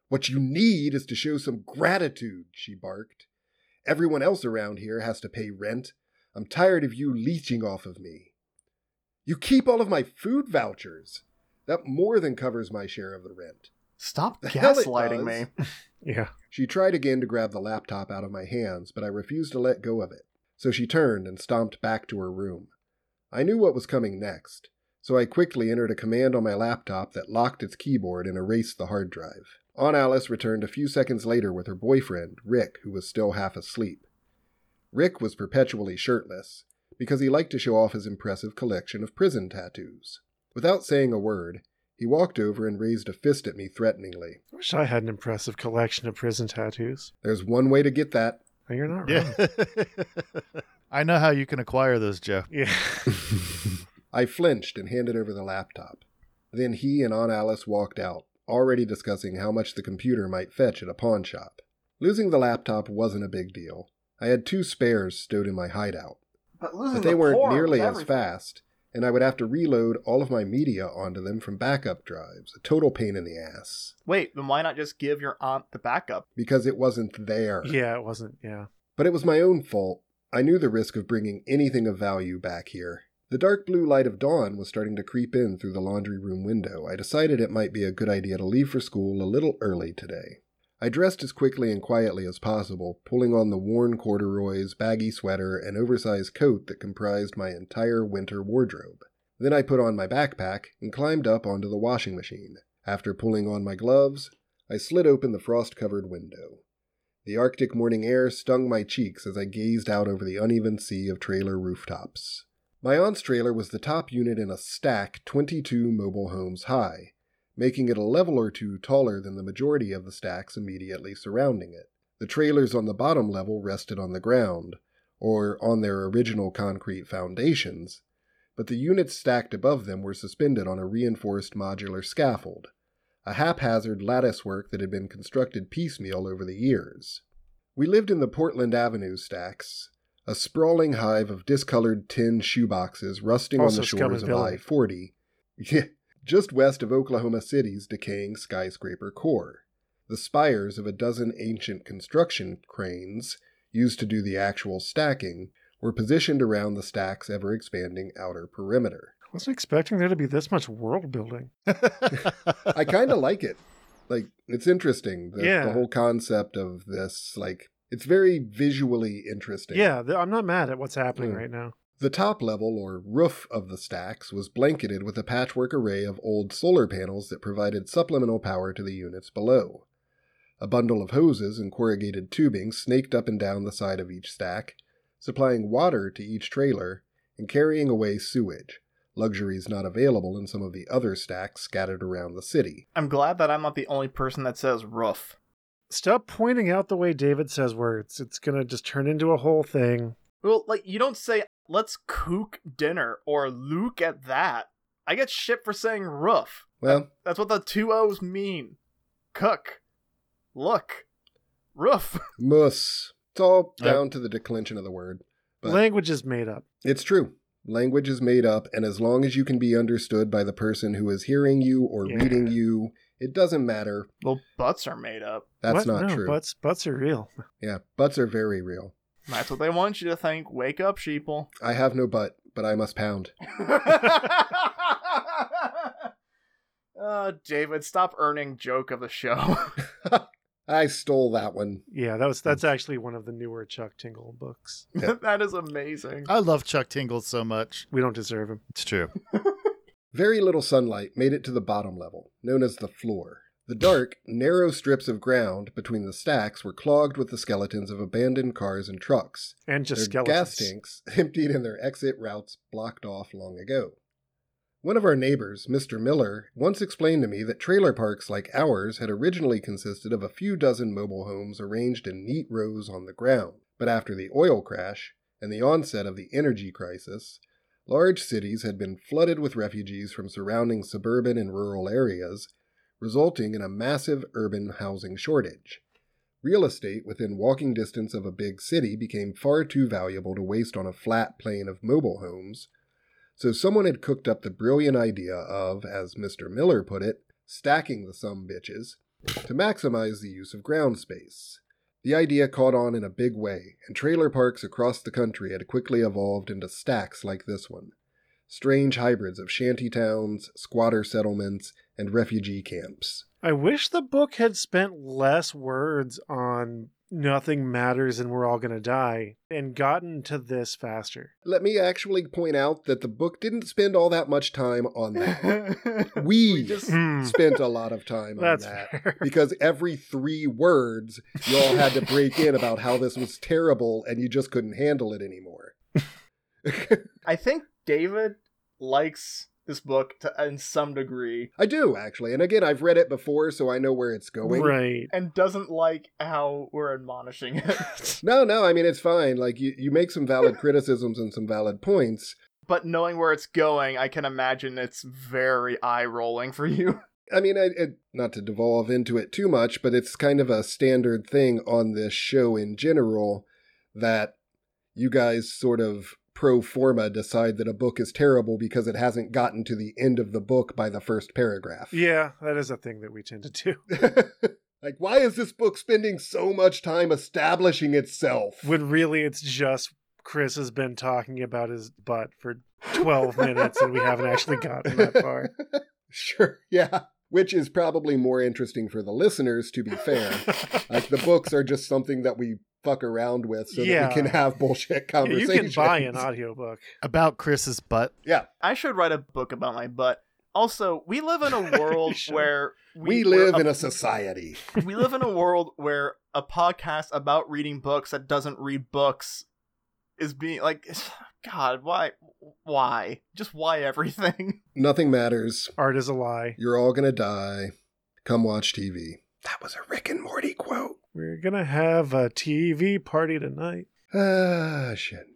[SPEAKER 3] What you need is to show some gratitude, she barked. Everyone else around here has to pay rent. I'm tired of you leeching off of me. You keep all of my food vouchers. That more than covers my share of the rent.
[SPEAKER 4] Stop
[SPEAKER 3] The hell it
[SPEAKER 4] gaslighting
[SPEAKER 3] does.
[SPEAKER 4] me.
[SPEAKER 1] Yeah.
[SPEAKER 3] She tried again to grab the laptop out of my hands, but I refused to let go of it, so she turned and stomped back to her room. I knew what was coming next, so I quickly entered a command on my laptop that locked its keyboard and erased the hard drive. Aunt Alice returned a few seconds later with her boyfriend, Rick, who was still half asleep. Rick was perpetually shirtless, because he liked to show off his impressive collection of prison tattoos. Without saying a word, he walked over and raised a fist at me threateningly.
[SPEAKER 1] I wish I had an impressive collection of prison tattoos.
[SPEAKER 3] There's one way to get that,
[SPEAKER 1] No, You're not
[SPEAKER 2] Yeah.
[SPEAKER 1] wrong.
[SPEAKER 2] I know how you can acquire those, Joe.
[SPEAKER 1] Yeah.
[SPEAKER 3] I flinched and handed over the laptop. Then he and Aunt Alice walked out, already discussing how much the computer might fetch at a pawn shop. Losing the laptop wasn't a big deal. I had two spares stowed in my hideout,
[SPEAKER 4] But
[SPEAKER 3] but
[SPEAKER 4] losing
[SPEAKER 3] they
[SPEAKER 4] the
[SPEAKER 3] weren't
[SPEAKER 4] porn
[SPEAKER 3] nearly
[SPEAKER 4] was
[SPEAKER 3] as
[SPEAKER 4] everything.
[SPEAKER 3] fast, and I would have to reload all of my media onto them from backup drives, a total pain in the ass,
[SPEAKER 4] Wait, then why not just give your aunt the backup?
[SPEAKER 3] because it wasn't there.
[SPEAKER 1] yeah, it wasn't. Yeah.
[SPEAKER 3] But it was my own fault. I knew the risk of bringing anything of value back here. The dark blue light of dawn was starting to creep in through the laundry room window. I decided it might be a good idea to leave for school a little early today. I dressed as quickly and quietly as possible, pulling on the worn corduroys, baggy sweater, and oversized coat that comprised my entire winter wardrobe. Then I put on my backpack and climbed up onto the washing machine. After pulling on my gloves, I slid open the frost covered window. The Arctic morning air stung my cheeks as I gazed out over the uneven sea of trailer rooftops. My aunt's trailer was the top unit in a stack 22 mobile homes high, making it a level or two taller than the majority of the stacks immediately surrounding it. The trailers on the bottom level rested on the ground, or on their original concrete foundations, but the units stacked above them were suspended on a reinforced modular scaffold, a haphazard latticework that had been constructed piecemeal over the years. We lived in the Portland Avenue stacks, a sprawling hive of discolored tin shoeboxes rusting on
[SPEAKER 1] Also
[SPEAKER 3] the shores of
[SPEAKER 1] Scumaville.
[SPEAKER 3] I 40, just west of Oklahoma City's decaying skyscraper core. The spires of a dozen ancient construction cranes, used to do the actual stacking, were positioned around the stack's ever expanding outer perimeter.
[SPEAKER 1] wasn't expecting there to be this much world building.
[SPEAKER 3] I kind of like it. Like it's interesting the,
[SPEAKER 1] Yeah.
[SPEAKER 3] the whole concept of this like it's very visually interesting.
[SPEAKER 1] Yeah, th- I'm not mad at what's happening
[SPEAKER 3] Mm.
[SPEAKER 1] right now.
[SPEAKER 3] The top level or roof of the stacks was blanketed with a patchwork array of old solar panels that provided supplemental power to the units below. A bundle of hoses and corrugated tubing snaked up and down the side of each stack, supplying water to each trailer and carrying away sewage, luxuries not available in some of the other stacks scattered around the city.
[SPEAKER 4] I'm glad that I'm not the only person that says roof.
[SPEAKER 1] Stop pointing out the way David says words. It's gonna just turn into a whole thing.
[SPEAKER 4] Well, like you don't say let's cook dinner or look at that. I get shit for saying roof.
[SPEAKER 3] Well,
[SPEAKER 4] That's what the two O's mean. Cook. Look. Roof.
[SPEAKER 3] Muss. It's all
[SPEAKER 2] Yep.
[SPEAKER 3] down to the declension of the word. But
[SPEAKER 1] Language is made up.
[SPEAKER 3] it's true. Language is made up, and as long as you can be understood by the person who is hearing you or
[SPEAKER 1] Yeah.
[SPEAKER 3] reading you, it doesn't matter.
[SPEAKER 4] Well, butts are made up.
[SPEAKER 3] That's
[SPEAKER 1] What?
[SPEAKER 3] not
[SPEAKER 1] no,
[SPEAKER 3] true.
[SPEAKER 1] Butts, butts are real.
[SPEAKER 3] Yeah, butts are very real.
[SPEAKER 4] That's what they want you to think. Wake up, sheeple.
[SPEAKER 3] I have no butt, but I must pound.
[SPEAKER 4] oh, David, stop earning joke of the show.
[SPEAKER 3] I stole that one.
[SPEAKER 1] Yeah, that was that's actually one of the newer Chuck Tingle books.
[SPEAKER 3] Yeah.
[SPEAKER 4] that is amazing.
[SPEAKER 2] I love Chuck Tingle so much.
[SPEAKER 1] We don't deserve him.
[SPEAKER 2] It's true.
[SPEAKER 3] Very little sunlight made it to the bottom level, known as the floor. The dark, narrow strips of ground between the stacks were clogged with the skeletons of abandoned cars and trucks,
[SPEAKER 1] And just
[SPEAKER 3] their
[SPEAKER 1] skeletons.
[SPEAKER 3] gas tanks emptied and their exit routes blocked off long ago. One of our neighbors, Mr. Miller, once explained to me that trailer parks like ours had originally consisted of a few dozen mobile homes arranged in neat rows on the ground. But after the oil crash and the onset of the energy crisis, large cities had been flooded with refugees from surrounding suburban and rural areas, resulting in a massive urban housing shortage. Real estate within walking distance of a big city became far too valuable to waste on a flat plain of mobile homes, so someone had cooked up the brilliant idea of, as Mr. Miller put it, stacking the some bitches to maximize the use of ground space. The idea caught on in a big way, and trailer parks across the country had quickly evolved into stacks like this one strange hybrids of shanty towns, squatter settlements, and refugee camps.
[SPEAKER 1] I wish the book had spent less words on nothing matters and we're all gonna die and gotten to this faster.
[SPEAKER 3] Let me actually point out that the book didn't spend all that much time on that. We,
[SPEAKER 4] We just-
[SPEAKER 1] Hmm,
[SPEAKER 3] spent a lot of time on
[SPEAKER 1] that's
[SPEAKER 3] that.
[SPEAKER 1] fair.
[SPEAKER 3] Because every three words, y'all had to break in about how this was terrible and you just couldn't handle it anymore.
[SPEAKER 4] I think David likes this book to, in some degree
[SPEAKER 3] I do, actually. And again, I've read it before, so I know where it's going.
[SPEAKER 1] Right.
[SPEAKER 4] and doesn't like how we're admonishing it.
[SPEAKER 3] No, no, I mean, it's fine. Like, you, you make some valid criticisms and some valid points.
[SPEAKER 4] but knowing where it's going, I can imagine it's very eye rolling for you.
[SPEAKER 3] I mean, I, it, not to devolve into it too much, but it's kind of a standard thing on this show in general that you guys sort of pro forma decide that a book is terrible because it hasn't gotten to the end of the book by the first paragraph.
[SPEAKER 1] Yeah, that is a thing that we tend to do.
[SPEAKER 3] like, why is this book spending so much time establishing itself?
[SPEAKER 1] When really it's just Chris has been talking about his butt for 12 minutes and we haven't actually gotten that far.
[SPEAKER 3] Sure, yeah. Which is probably more interesting for the listeners, to be fair. like the books are just something that we fuck around with so that
[SPEAKER 1] Yeah.
[SPEAKER 3] we can have bullshit
[SPEAKER 1] Yeah, you
[SPEAKER 3] conversations.
[SPEAKER 1] can buy an audiobook.
[SPEAKER 2] About Chris's butt.
[SPEAKER 4] I should write a book about my butt. Also, we live in a world
[SPEAKER 1] should.
[SPEAKER 4] where
[SPEAKER 3] We
[SPEAKER 4] where
[SPEAKER 3] live in a society.
[SPEAKER 4] we live in a world where a podcast about reading books that doesn't read books is being like god why why just why everything
[SPEAKER 3] Nothing matters.
[SPEAKER 1] Art is a lie.
[SPEAKER 3] You're all gonna die. Come watch TV. That was a Rick and Morty quote.
[SPEAKER 1] We're going to have a TV party tonight.
[SPEAKER 3] Ah, shit.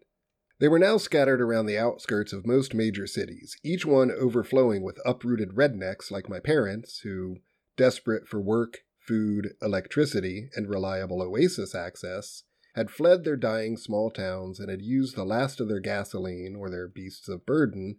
[SPEAKER 3] They were now scattered around the outskirts of most major cities, each one overflowing with uprooted rednecks like my parents, who, desperate for work, food, electricity, and reliable oasis access, had fled their dying small towns and had used the last of their gasoline or their beasts of burden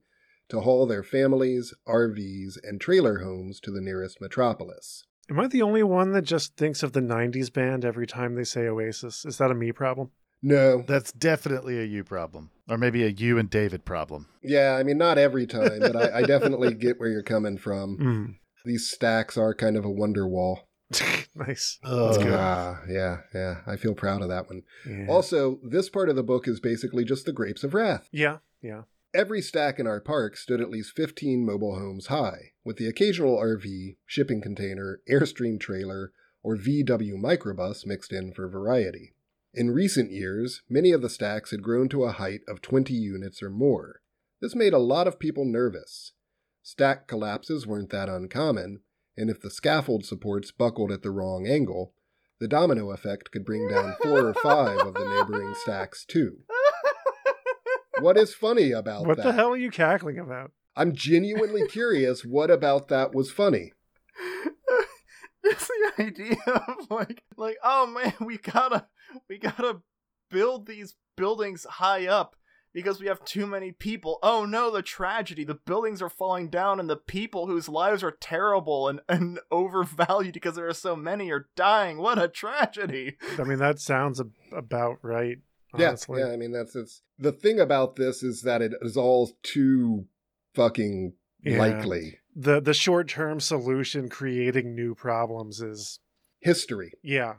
[SPEAKER 3] to haul their families, RVs, and trailer homes to the nearest metropolis.
[SPEAKER 1] Am I the only one that just thinks of the 90s band every time they say Oasis? Is that a me problem?
[SPEAKER 3] No,
[SPEAKER 2] That's definitely a you problem, or maybe a you and David problem.
[SPEAKER 3] yeah, I mean, not every time, but I, I definitely get where you're coming from.
[SPEAKER 1] Mm.
[SPEAKER 3] These stacks are kind of a wonder wall.
[SPEAKER 1] nice.
[SPEAKER 2] That's
[SPEAKER 1] good.
[SPEAKER 3] Ah, yeah, yeah. I feel proud of that one.
[SPEAKER 1] Yeah.
[SPEAKER 3] Also, this part of the book is basically just the grapes of wrath.
[SPEAKER 1] yeah, yeah.
[SPEAKER 3] Every stack in our park stood at least 15 mobile homes high, with the occasional RV, shipping container, Airstream trailer, or VW microbus mixed in for variety. In recent years, many of the stacks had grown to a height of 20 units or more. This made a lot of people nervous. Stack collapses weren't that uncommon, and if the scaffold supports buckled at the wrong angle, the domino effect could bring down four or five of the neighboring stacks too. What is funny about
[SPEAKER 1] What
[SPEAKER 3] that?
[SPEAKER 1] the hell are you cackling about?
[SPEAKER 3] I'm genuinely curious what about that was funny.
[SPEAKER 4] just the idea of like like oh man we gotta we gotta build these buildings high up because we have too many people oh no the tragedy the buildings are falling down and the people whose lives are terrible and, and overvalued because there are so many are dying what a tragedy
[SPEAKER 1] I mean, that sounds ab- about right,
[SPEAKER 4] Oh,
[SPEAKER 1] honestly.
[SPEAKER 3] Yeah, yeah, I mean that's it's the thing about this is that it is all too fucking
[SPEAKER 1] Yeah.
[SPEAKER 3] likely.
[SPEAKER 1] The, the short term solution creating new problems is,
[SPEAKER 3] History.
[SPEAKER 1] yeah.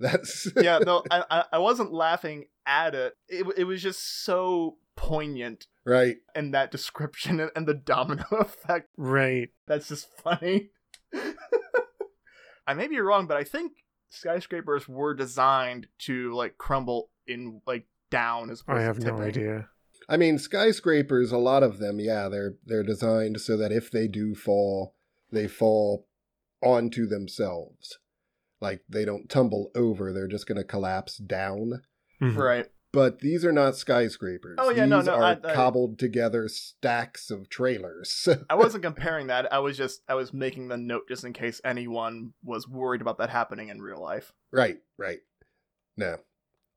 [SPEAKER 3] That's
[SPEAKER 4] yeah no I, I i wasn't laughing at it it, w- it was just so poignant
[SPEAKER 3] right.
[SPEAKER 4] in that description and, and the domino effect
[SPEAKER 1] Right.
[SPEAKER 4] That's just funny. I may be wrong, but I think skyscrapers were designed to like crumble in like down as opposed
[SPEAKER 1] I
[SPEAKER 4] to
[SPEAKER 1] have no
[SPEAKER 4] tipping.
[SPEAKER 1] idea.
[SPEAKER 3] I mean skyscrapers, a lot of them, yeah, they're they're designed so that if they do fall, they fall onto themselves. Like they don't tumble over, they're just gonna collapse down.
[SPEAKER 1] Mhm.
[SPEAKER 4] Right.
[SPEAKER 3] But these are not skyscrapers.
[SPEAKER 4] Oh, yeah, no,
[SPEAKER 3] These
[SPEAKER 4] no,
[SPEAKER 3] are
[SPEAKER 4] I- I-
[SPEAKER 3] cobbled together stacks of trailers.
[SPEAKER 4] I wasn't comparing that. I was just I was making the note just in case anyone was worried about that happening in real life.
[SPEAKER 3] Right, right. No.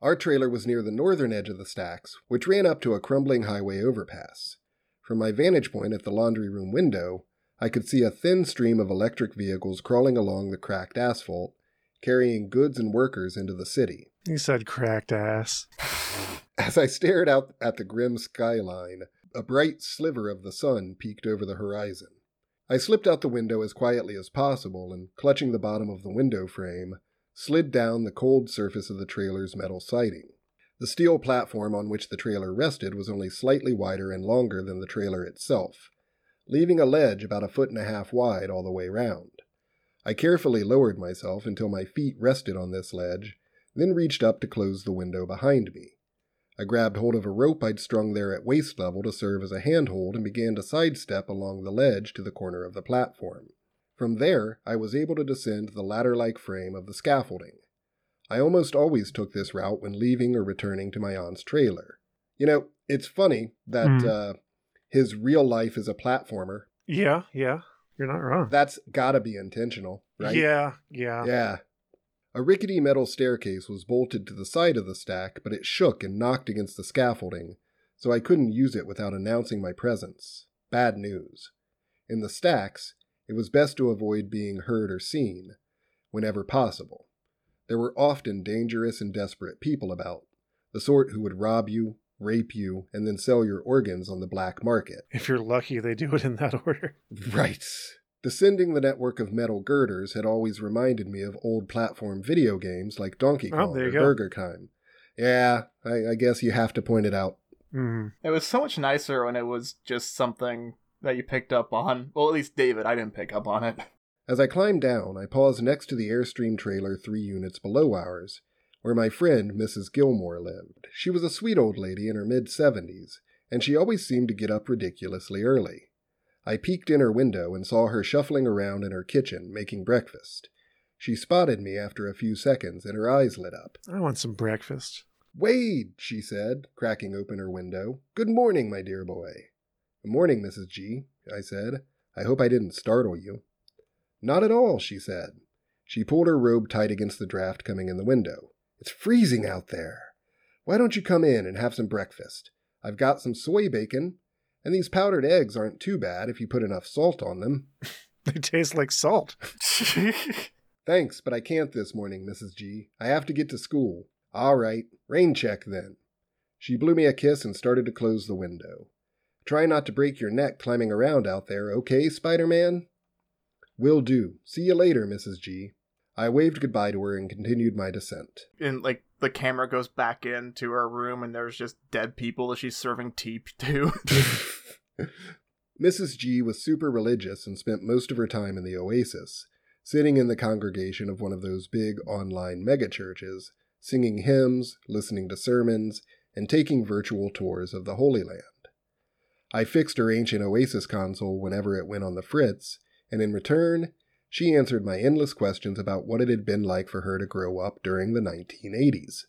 [SPEAKER 3] Our trailer was near the northern edge of the stacks, which ran up to a crumbling highway overpass. From my vantage point at the laundry room window, I could see a thin stream of electric vehicles crawling along the cracked asphalt, carrying goods and workers into the city.
[SPEAKER 1] Mm-hmm. He said cracked ass.
[SPEAKER 3] As I stared out at the grim skyline, a bright sliver of the sun peeked over the horizon. I slipped out the window as quietly as possible and, clutching the bottom of the window frame, slid down the cold surface of the trailer's metal siding. The steel platform on which the trailer rested was only slightly wider and longer than the trailer itself, leaving a ledge about a foot and a half wide all the way round. I carefully lowered myself until my feet rested on this ledge, then reached up to close the window behind me. I grabbed hold of a rope I'd strung there at waist level to serve as a handhold and began to sidestep along the ledge to the corner of the platform. From there, I was able to descend the ladder like frame of the scaffolding. I almost always took this route when leaving or returning to my aunt's trailer. You know, it's funny that
[SPEAKER 1] Hmm.
[SPEAKER 3] uh, his real life is a platformer.
[SPEAKER 1] Yeah, yeah. You're not wrong.
[SPEAKER 3] That's gotta be intentional, right?
[SPEAKER 1] Yeah, yeah.
[SPEAKER 3] Yeah. A rickety metal staircase was bolted to the side of the stack, but it shook and knocked against the scaffolding, so I couldn't use it without announcing my presence. Bad news. In the stacks, it was best to avoid being heard or seen, whenever possible. There were often dangerous and desperate people about, the sort who would rob you, rape you, and then sell your organs on the black market.
[SPEAKER 1] If you're lucky, they do it in that order.
[SPEAKER 3] Right. Descending the network of metal girders had always reminded me of old platform video games like Donkey
[SPEAKER 1] Oh,
[SPEAKER 3] Kong
[SPEAKER 1] there
[SPEAKER 3] or
[SPEAKER 1] you go.
[SPEAKER 3] Burger Time. Yeah, I, I guess you have to point it out.
[SPEAKER 1] Mm.
[SPEAKER 4] It was so much nicer when it was just something that you picked up on. Well, at least David, I didn't pick up on it.
[SPEAKER 3] As I climbed down, I paused next to the Airstream trailer three units below ours, where my friend Mrs. Gilmore lived. She was a sweet old lady in her mid 70s, and she always seemed to get up ridiculously early. I peeked in her window and saw her shuffling around in her kitchen making breakfast. She spotted me after a few seconds and her eyes lit up.
[SPEAKER 1] I want some breakfast.
[SPEAKER 3] Wade, she said, cracking open her window. Good morning, my dear boy. Good morning, Mrs. G, I said. I hope I didn't startle you. Not at all, she said. She pulled her robe tight against the draft coming in the window. It's freezing out there. Why don't you come in and have some breakfast? I've got some soy bacon, and these powdered eggs aren't too bad if you put enough salt on them.
[SPEAKER 1] They taste like salt.
[SPEAKER 3] Thanks, but I can't this morning, Mrs. G. I have to get to school. All right, rain check then. She blew me a kiss and started to close the window. Try not to break your neck climbing around out there, okay, Spider Man? Will do. See you later, Mrs. G. I waved goodbye to her and continued my descent.
[SPEAKER 4] and like the camera goes back into her room, and there's just dead people that she's serving tea to.
[SPEAKER 3] Mrs. G was super religious and spent most of her time in the oasis, sitting in the congregation of one of those big online megachurches, singing hymns, listening to sermons, and taking virtual tours of the Holy Land. I fixed her ancient oasis console whenever it went on the fritz, and in return, she answered my endless questions about what it had been like for her to grow up during the 1980s.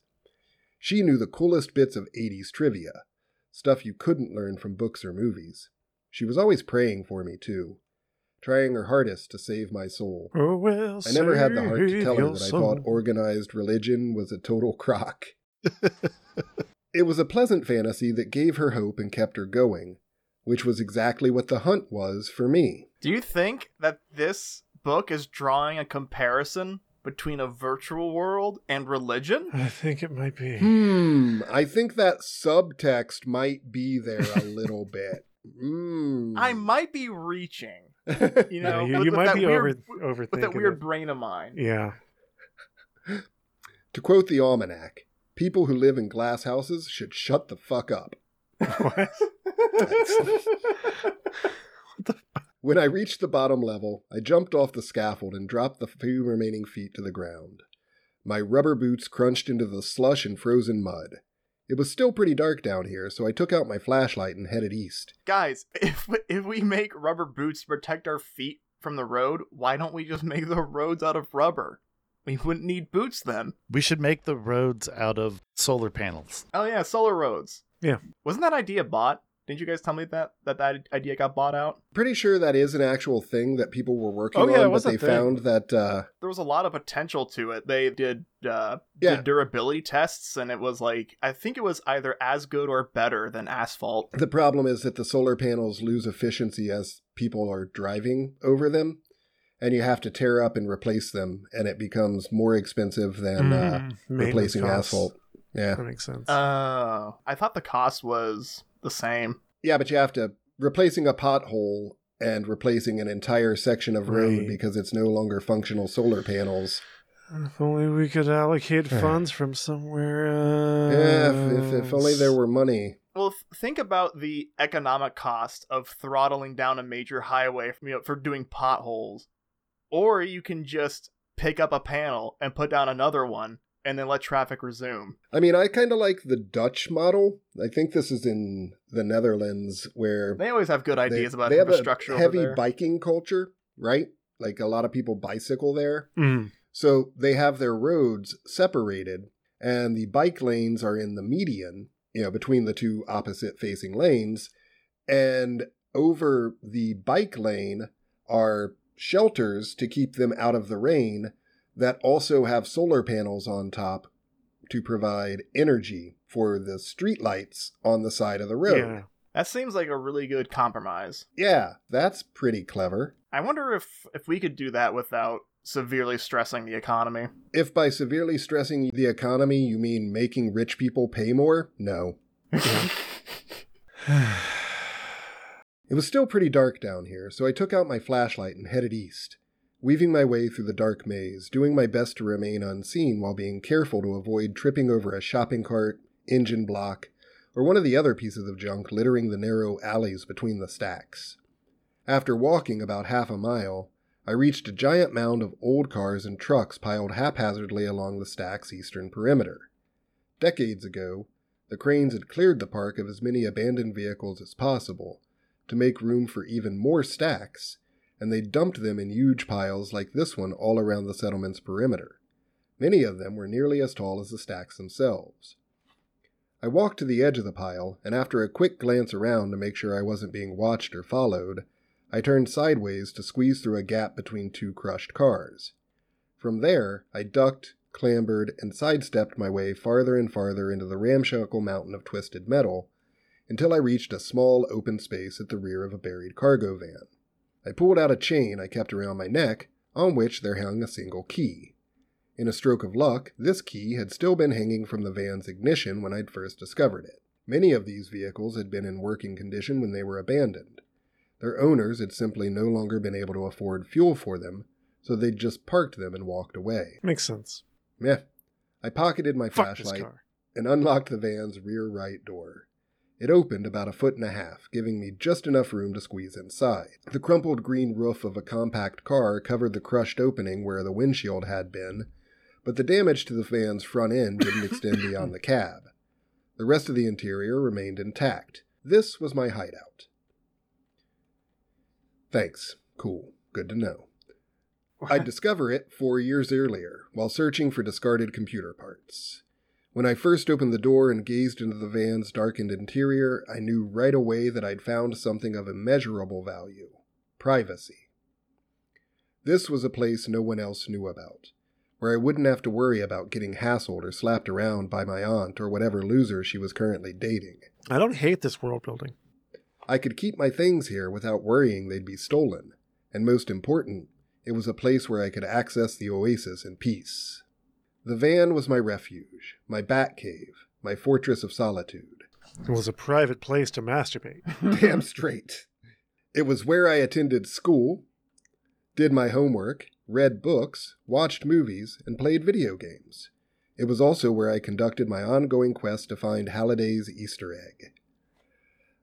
[SPEAKER 3] She knew the coolest bits of 80s trivia, stuff you couldn't learn from books or movies. She was always praying for me, too, trying her hardest to save my soul.
[SPEAKER 1] Oh, well,
[SPEAKER 3] I never had the heart to
[SPEAKER 1] save
[SPEAKER 3] tell her
[SPEAKER 1] your
[SPEAKER 3] that I
[SPEAKER 1] soul.
[SPEAKER 3] thought organized religion was a total crock. it was a pleasant fantasy that gave her hope and kept her going, which was exactly what the hunt was for me.
[SPEAKER 4] Do you think that this book is drawing a comparison between a virtual world and religion?
[SPEAKER 1] I think it might be.
[SPEAKER 3] Hmm, I think that subtext might be there a little bit. Mm.
[SPEAKER 4] I might be reaching. You
[SPEAKER 1] Yeah,
[SPEAKER 4] know,
[SPEAKER 1] Hmm. you,
[SPEAKER 4] with-
[SPEAKER 1] you
[SPEAKER 4] with
[SPEAKER 1] might
[SPEAKER 4] that
[SPEAKER 1] be
[SPEAKER 4] weird,
[SPEAKER 1] over overthinking
[SPEAKER 4] with that weird
[SPEAKER 1] it.
[SPEAKER 4] brain of mine.
[SPEAKER 1] Yeah.
[SPEAKER 3] to quote the almanac, people who live in glass houses should shut the fuck up.
[SPEAKER 1] What?
[SPEAKER 3] When I reached the bottom level, I jumped off the scaffold and dropped the few remaining feet to the ground. My rubber boots crunched into the slush and frozen mud. It was still pretty dark down here, so I took out my flashlight and headed east.
[SPEAKER 4] Guys, if we- if we make rubber boots to protect our feet from the road, why don't we just make the roads out of rubber? We wouldn't need boots then.
[SPEAKER 2] We should make the roads out of solar panels.
[SPEAKER 4] Oh yeah, solar roads.
[SPEAKER 1] Yeah.
[SPEAKER 4] Wasn't that idea bought? Didn't you guys tell me that that, that idea got bought out?
[SPEAKER 3] Pretty sure that is an actual thing that people were working
[SPEAKER 1] Oh, yeah, it
[SPEAKER 3] on, but
[SPEAKER 1] was a
[SPEAKER 3] they
[SPEAKER 1] thing.
[SPEAKER 3] found that uh,
[SPEAKER 4] There was a lot of potential to it. They did uh,
[SPEAKER 3] Yeah.
[SPEAKER 4] did durability tests, and it was like I think it was either as good or better than asphalt.
[SPEAKER 3] the problem is that the solar panels lose efficiency as people are driving over them, and you have to tear up and replace them, and it becomes more expensive than uh,
[SPEAKER 1] Mm, maintenance
[SPEAKER 3] replacing
[SPEAKER 1] costs.
[SPEAKER 3] asphalt. Yeah.
[SPEAKER 1] That makes sense.
[SPEAKER 4] Oh, I thought the cost was the same.
[SPEAKER 3] Yeah, but you have to replacing a pothole and replacing an entire section of road
[SPEAKER 1] Right.
[SPEAKER 3] because it's no longer functional solar panels.
[SPEAKER 1] if only we could allocate
[SPEAKER 3] Right.
[SPEAKER 1] funds from somewhere else.
[SPEAKER 3] Yeah, if,
[SPEAKER 1] Uh,
[SPEAKER 3] if, if only there were money.
[SPEAKER 4] Well, th- think about the economic cost of throttling down a major highway for, you know, for doing potholes. Or you can just pick up a panel and put down another one and then let traffic resume.
[SPEAKER 3] I mean, I kind of like the Dutch model. I think this is in the Netherlands where
[SPEAKER 4] They always have good ideas about
[SPEAKER 3] they have
[SPEAKER 4] infrastructure
[SPEAKER 3] a
[SPEAKER 4] over
[SPEAKER 3] heavy
[SPEAKER 4] there.
[SPEAKER 3] biking culture, right? Like a lot of people bicycle there.
[SPEAKER 1] Mm,
[SPEAKER 3] So they have their roads separated, and the bike lanes are in the median, you know, between the two opposite facing lanes. And over the bike lane are shelters to keep them out of the rain that also have solar panels on top to provide energy for the streetlights on the side of the
[SPEAKER 1] yeah.
[SPEAKER 3] road.
[SPEAKER 4] that seems like a really good compromise.
[SPEAKER 3] Yeah, that's pretty clever.
[SPEAKER 4] I wonder if if we could do that without severely stressing the economy.
[SPEAKER 3] If by severely stressing the economy you mean making rich people pay more, no. It was still pretty dark down here, so I took out my flashlight and headed east, weaving my way through the dark maze, doing my best to remain unseen while being careful to avoid tripping over a shopping cart, engine block, or one of the other pieces of junk littering the narrow alleys between the stacks. After walking about half a mile, I reached a giant mound of old cars and trucks piled haphazardly along the stack's eastern perimeter. Decades ago, the cranes had cleared the park of as many abandoned vehicles as possible to make room for even more stacks, and they dumped them in huge piles like this one all around the settlement's perimeter. Many of them were nearly as tall as the stacks themselves. I walked to the edge of the pile, and after a quick glance around to make sure I wasn't being watched or followed, I turned sideways to squeeze through a gap between two crushed cars. From there, I ducked, clambered, and sidestepped my way farther and farther into the ramshackle mountain of twisted metal until I reached a small open space at the rear of a buried cargo van. I pulled out a chain I kept around my neck, on which there hung a single key. In a stroke of luck, this key had still been hanging from the van's ignition when I'd first discovered it. Many of these vehicles had been in working condition when they were abandoned. Their owners had simply no longer been able to afford fuel for them, so they'd just parked them and walked away.
[SPEAKER 1] Makes sense.
[SPEAKER 3] Meh. I pocketed my
[SPEAKER 1] Fuck this
[SPEAKER 3] flashlight
[SPEAKER 1] car.
[SPEAKER 3] and unlocked the van's rear right door. It opened about a foot and a half, giving me just enough room to squeeze inside. The crumpled green roof of a compact car covered the crushed opening where the windshield had been, but the damage to the van's front end didn't extend beyond the cab. The rest of the interior remained intact. This was my hideout. Thanks. Cool. Good to know. I'd discover it four years earlier while searching for discarded computer parts. When I first opened the door and gazed into the van's darkened interior, I knew right away that I'd found something of immeasurable value privacy. This was a place no one else knew about, where I wouldn't have to worry about getting hassled or slapped around by my aunt or whatever loser she was currently dating.
[SPEAKER 1] I don't hate this world building.
[SPEAKER 3] I could keep my things here without worrying they'd be stolen, and most important, it was a place where I could access the oasis in peace. The van was my refuge, my bat cave, my fortress of solitude.
[SPEAKER 1] It was a private place to masturbate.
[SPEAKER 3] Damn straight. It was where I attended school, did my homework, read books, watched movies, and played video games. It was also where I conducted my ongoing quest to find Halliday's Easter egg.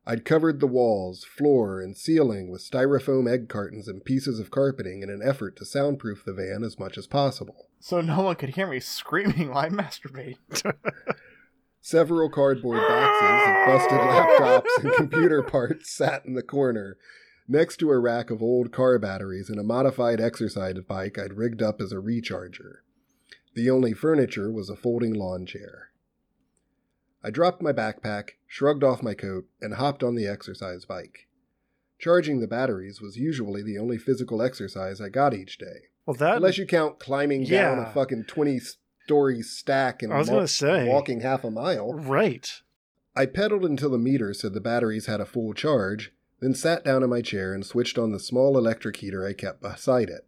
[SPEAKER 3] I'd covered the walls, floor, and ceiling with styrofoam egg cartons and pieces of carpeting in an effort to soundproof the van as much as possible.
[SPEAKER 4] so no one could hear me screaming while I masturbate.
[SPEAKER 3] Several cardboard boxes of busted laptops and computer parts sat in the corner, next to a rack of old car batteries and a modified exercise bike I'd rigged up as a recharger. The only furniture was a folding lawn chair. I dropped my backpack, shrugged off my coat, and hopped on the exercise bike. Charging the batteries was usually the only physical exercise I got each day.
[SPEAKER 1] Well, that
[SPEAKER 3] Unless you count climbing down
[SPEAKER 1] Yeah.
[SPEAKER 3] a fucking 20 story stack and
[SPEAKER 1] I was
[SPEAKER 3] wa-
[SPEAKER 1] gonna say.
[SPEAKER 3] walking half a mile.
[SPEAKER 1] right.
[SPEAKER 3] I pedaled until the meter said the batteries had a full charge, then sat down in my chair and switched on the small electric heater I kept beside it.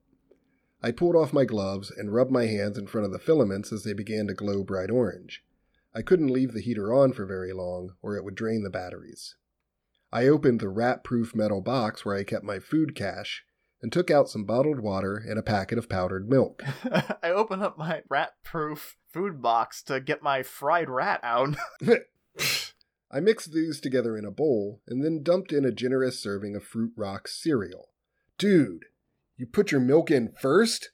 [SPEAKER 3] I pulled off my gloves and rubbed my hands in front of the filaments as they began to glow bright orange. I couldn't leave the heater on for very long, or it would drain the batteries. I opened the rat proof metal box where I kept my food cache and took out some bottled water and a packet of powdered milk.
[SPEAKER 4] I open up my rat-proof food box to get my fried rat out.
[SPEAKER 3] I mixed these together in a bowl and then dumped in a generous serving of Fruit Rock cereal. Dude, you put your milk in first?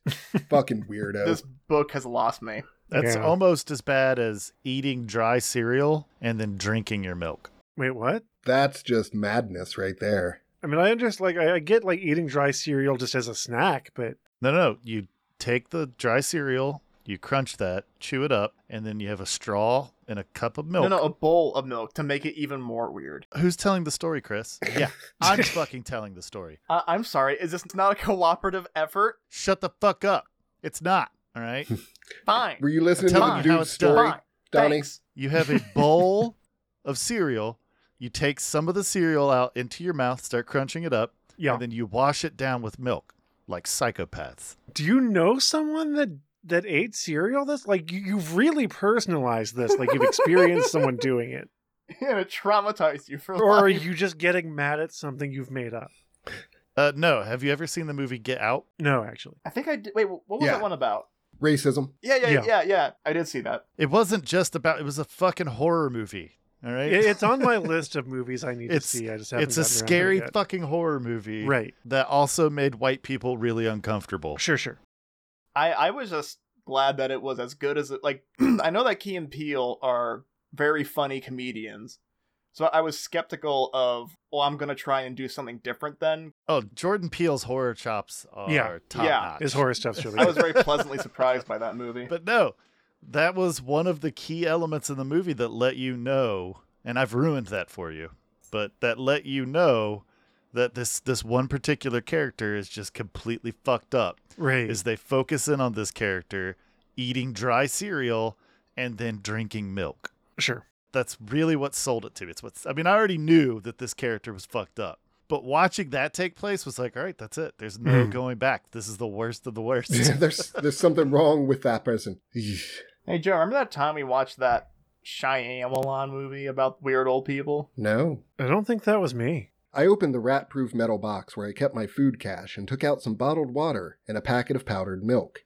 [SPEAKER 3] Fucking weirdo.
[SPEAKER 4] This book has lost me.
[SPEAKER 2] That's
[SPEAKER 1] Yeah.
[SPEAKER 2] almost as bad as eating dry cereal and then drinking your milk.
[SPEAKER 1] Wait, what?
[SPEAKER 3] That's just madness right there.
[SPEAKER 1] I mean, I understand. Like, I, I get like eating dry cereal just as a snack, but
[SPEAKER 2] No, no, you take the dry cereal, you crunch that, chew it up, and then you have a straw and a cup of milk.
[SPEAKER 4] No, no, a bowl of milk to make it even more weird.
[SPEAKER 2] Who's telling the story, Chris? Yeah, I'm fucking telling the story.
[SPEAKER 4] I- Uh, I'm sorry. Is this not a cooperative effort?
[SPEAKER 2] Shut the fuck up. It's not. All right.
[SPEAKER 4] Fine.
[SPEAKER 3] Were you listening to
[SPEAKER 2] Tell me
[SPEAKER 3] the
[SPEAKER 2] how
[SPEAKER 3] dude's
[SPEAKER 2] it's done.
[SPEAKER 3] story,
[SPEAKER 4] Fine.
[SPEAKER 3] Donnie?
[SPEAKER 4] Thanks.
[SPEAKER 2] You have a bowl of cereal. You take some of the cereal out into your mouth, start crunching it up,
[SPEAKER 1] yeah.
[SPEAKER 2] and then you wash it down with milk, like psychopaths.
[SPEAKER 1] Do you know someone that that ate cereal? This like you, you've really personalized this. Like you've experienced someone doing it.
[SPEAKER 4] and it traumatized you for
[SPEAKER 1] Or are
[SPEAKER 4] life.
[SPEAKER 1] you just getting mad at something you've made up?
[SPEAKER 2] Uh, no, have you ever seen the movie Get Out?
[SPEAKER 1] No, actually.
[SPEAKER 4] I think I did. Wait, what was
[SPEAKER 3] Yeah.
[SPEAKER 4] that one about?
[SPEAKER 3] Racism.
[SPEAKER 4] Yeah, yeah,
[SPEAKER 1] Yeah.
[SPEAKER 4] yeah, yeah, I did see that.
[SPEAKER 2] It wasn't just about. It was a fucking horror movie. All right,
[SPEAKER 1] It- It's on my list of movies I need
[SPEAKER 2] It's-
[SPEAKER 1] to see. I just haven't
[SPEAKER 2] It's
[SPEAKER 1] gotten
[SPEAKER 2] a
[SPEAKER 1] around to it
[SPEAKER 2] scary
[SPEAKER 1] yet.
[SPEAKER 2] fucking horror movie
[SPEAKER 1] Right.
[SPEAKER 2] that also made white people really uncomfortable.
[SPEAKER 1] Sure, sure.
[SPEAKER 4] I I was just glad that it was as good as it. Like I know that Key and Peele are very funny comedians, so I was skeptical of. Well, I'm gonna try and do something different then.
[SPEAKER 2] Oh, Jordan Peele's horror chops are
[SPEAKER 1] Yeah.
[SPEAKER 2] top
[SPEAKER 4] Yeah.
[SPEAKER 2] notch.
[SPEAKER 1] His horror stuff's really
[SPEAKER 4] I
[SPEAKER 1] good.
[SPEAKER 4] was very pleasantly surprised by that movie.
[SPEAKER 2] But no, that was one of the key elements in the movie that let you know, and I've ruined that for you, but that let you know that this this one particular character is just completely fucked up.
[SPEAKER 1] Right.
[SPEAKER 2] Is they focus in on this character eating dry cereal and then drinking milk.
[SPEAKER 1] Sure.
[SPEAKER 2] That's really what sold it to. me. It's what's I mean, I already knew that this character was fucked up. But watching that take place was like, all right, that's it. There's no
[SPEAKER 1] Mhm.
[SPEAKER 2] going back. This is the worst of the worst.
[SPEAKER 3] there's there's something wrong with that person. Yeesh.
[SPEAKER 4] Hey Joe, remember that time we watched that Shyamalan movie about weird old people?
[SPEAKER 3] No.
[SPEAKER 1] I don't think that was me.
[SPEAKER 3] I opened the rat proof metal box where I kept my food cache and took out some bottled water and a packet of powdered milk.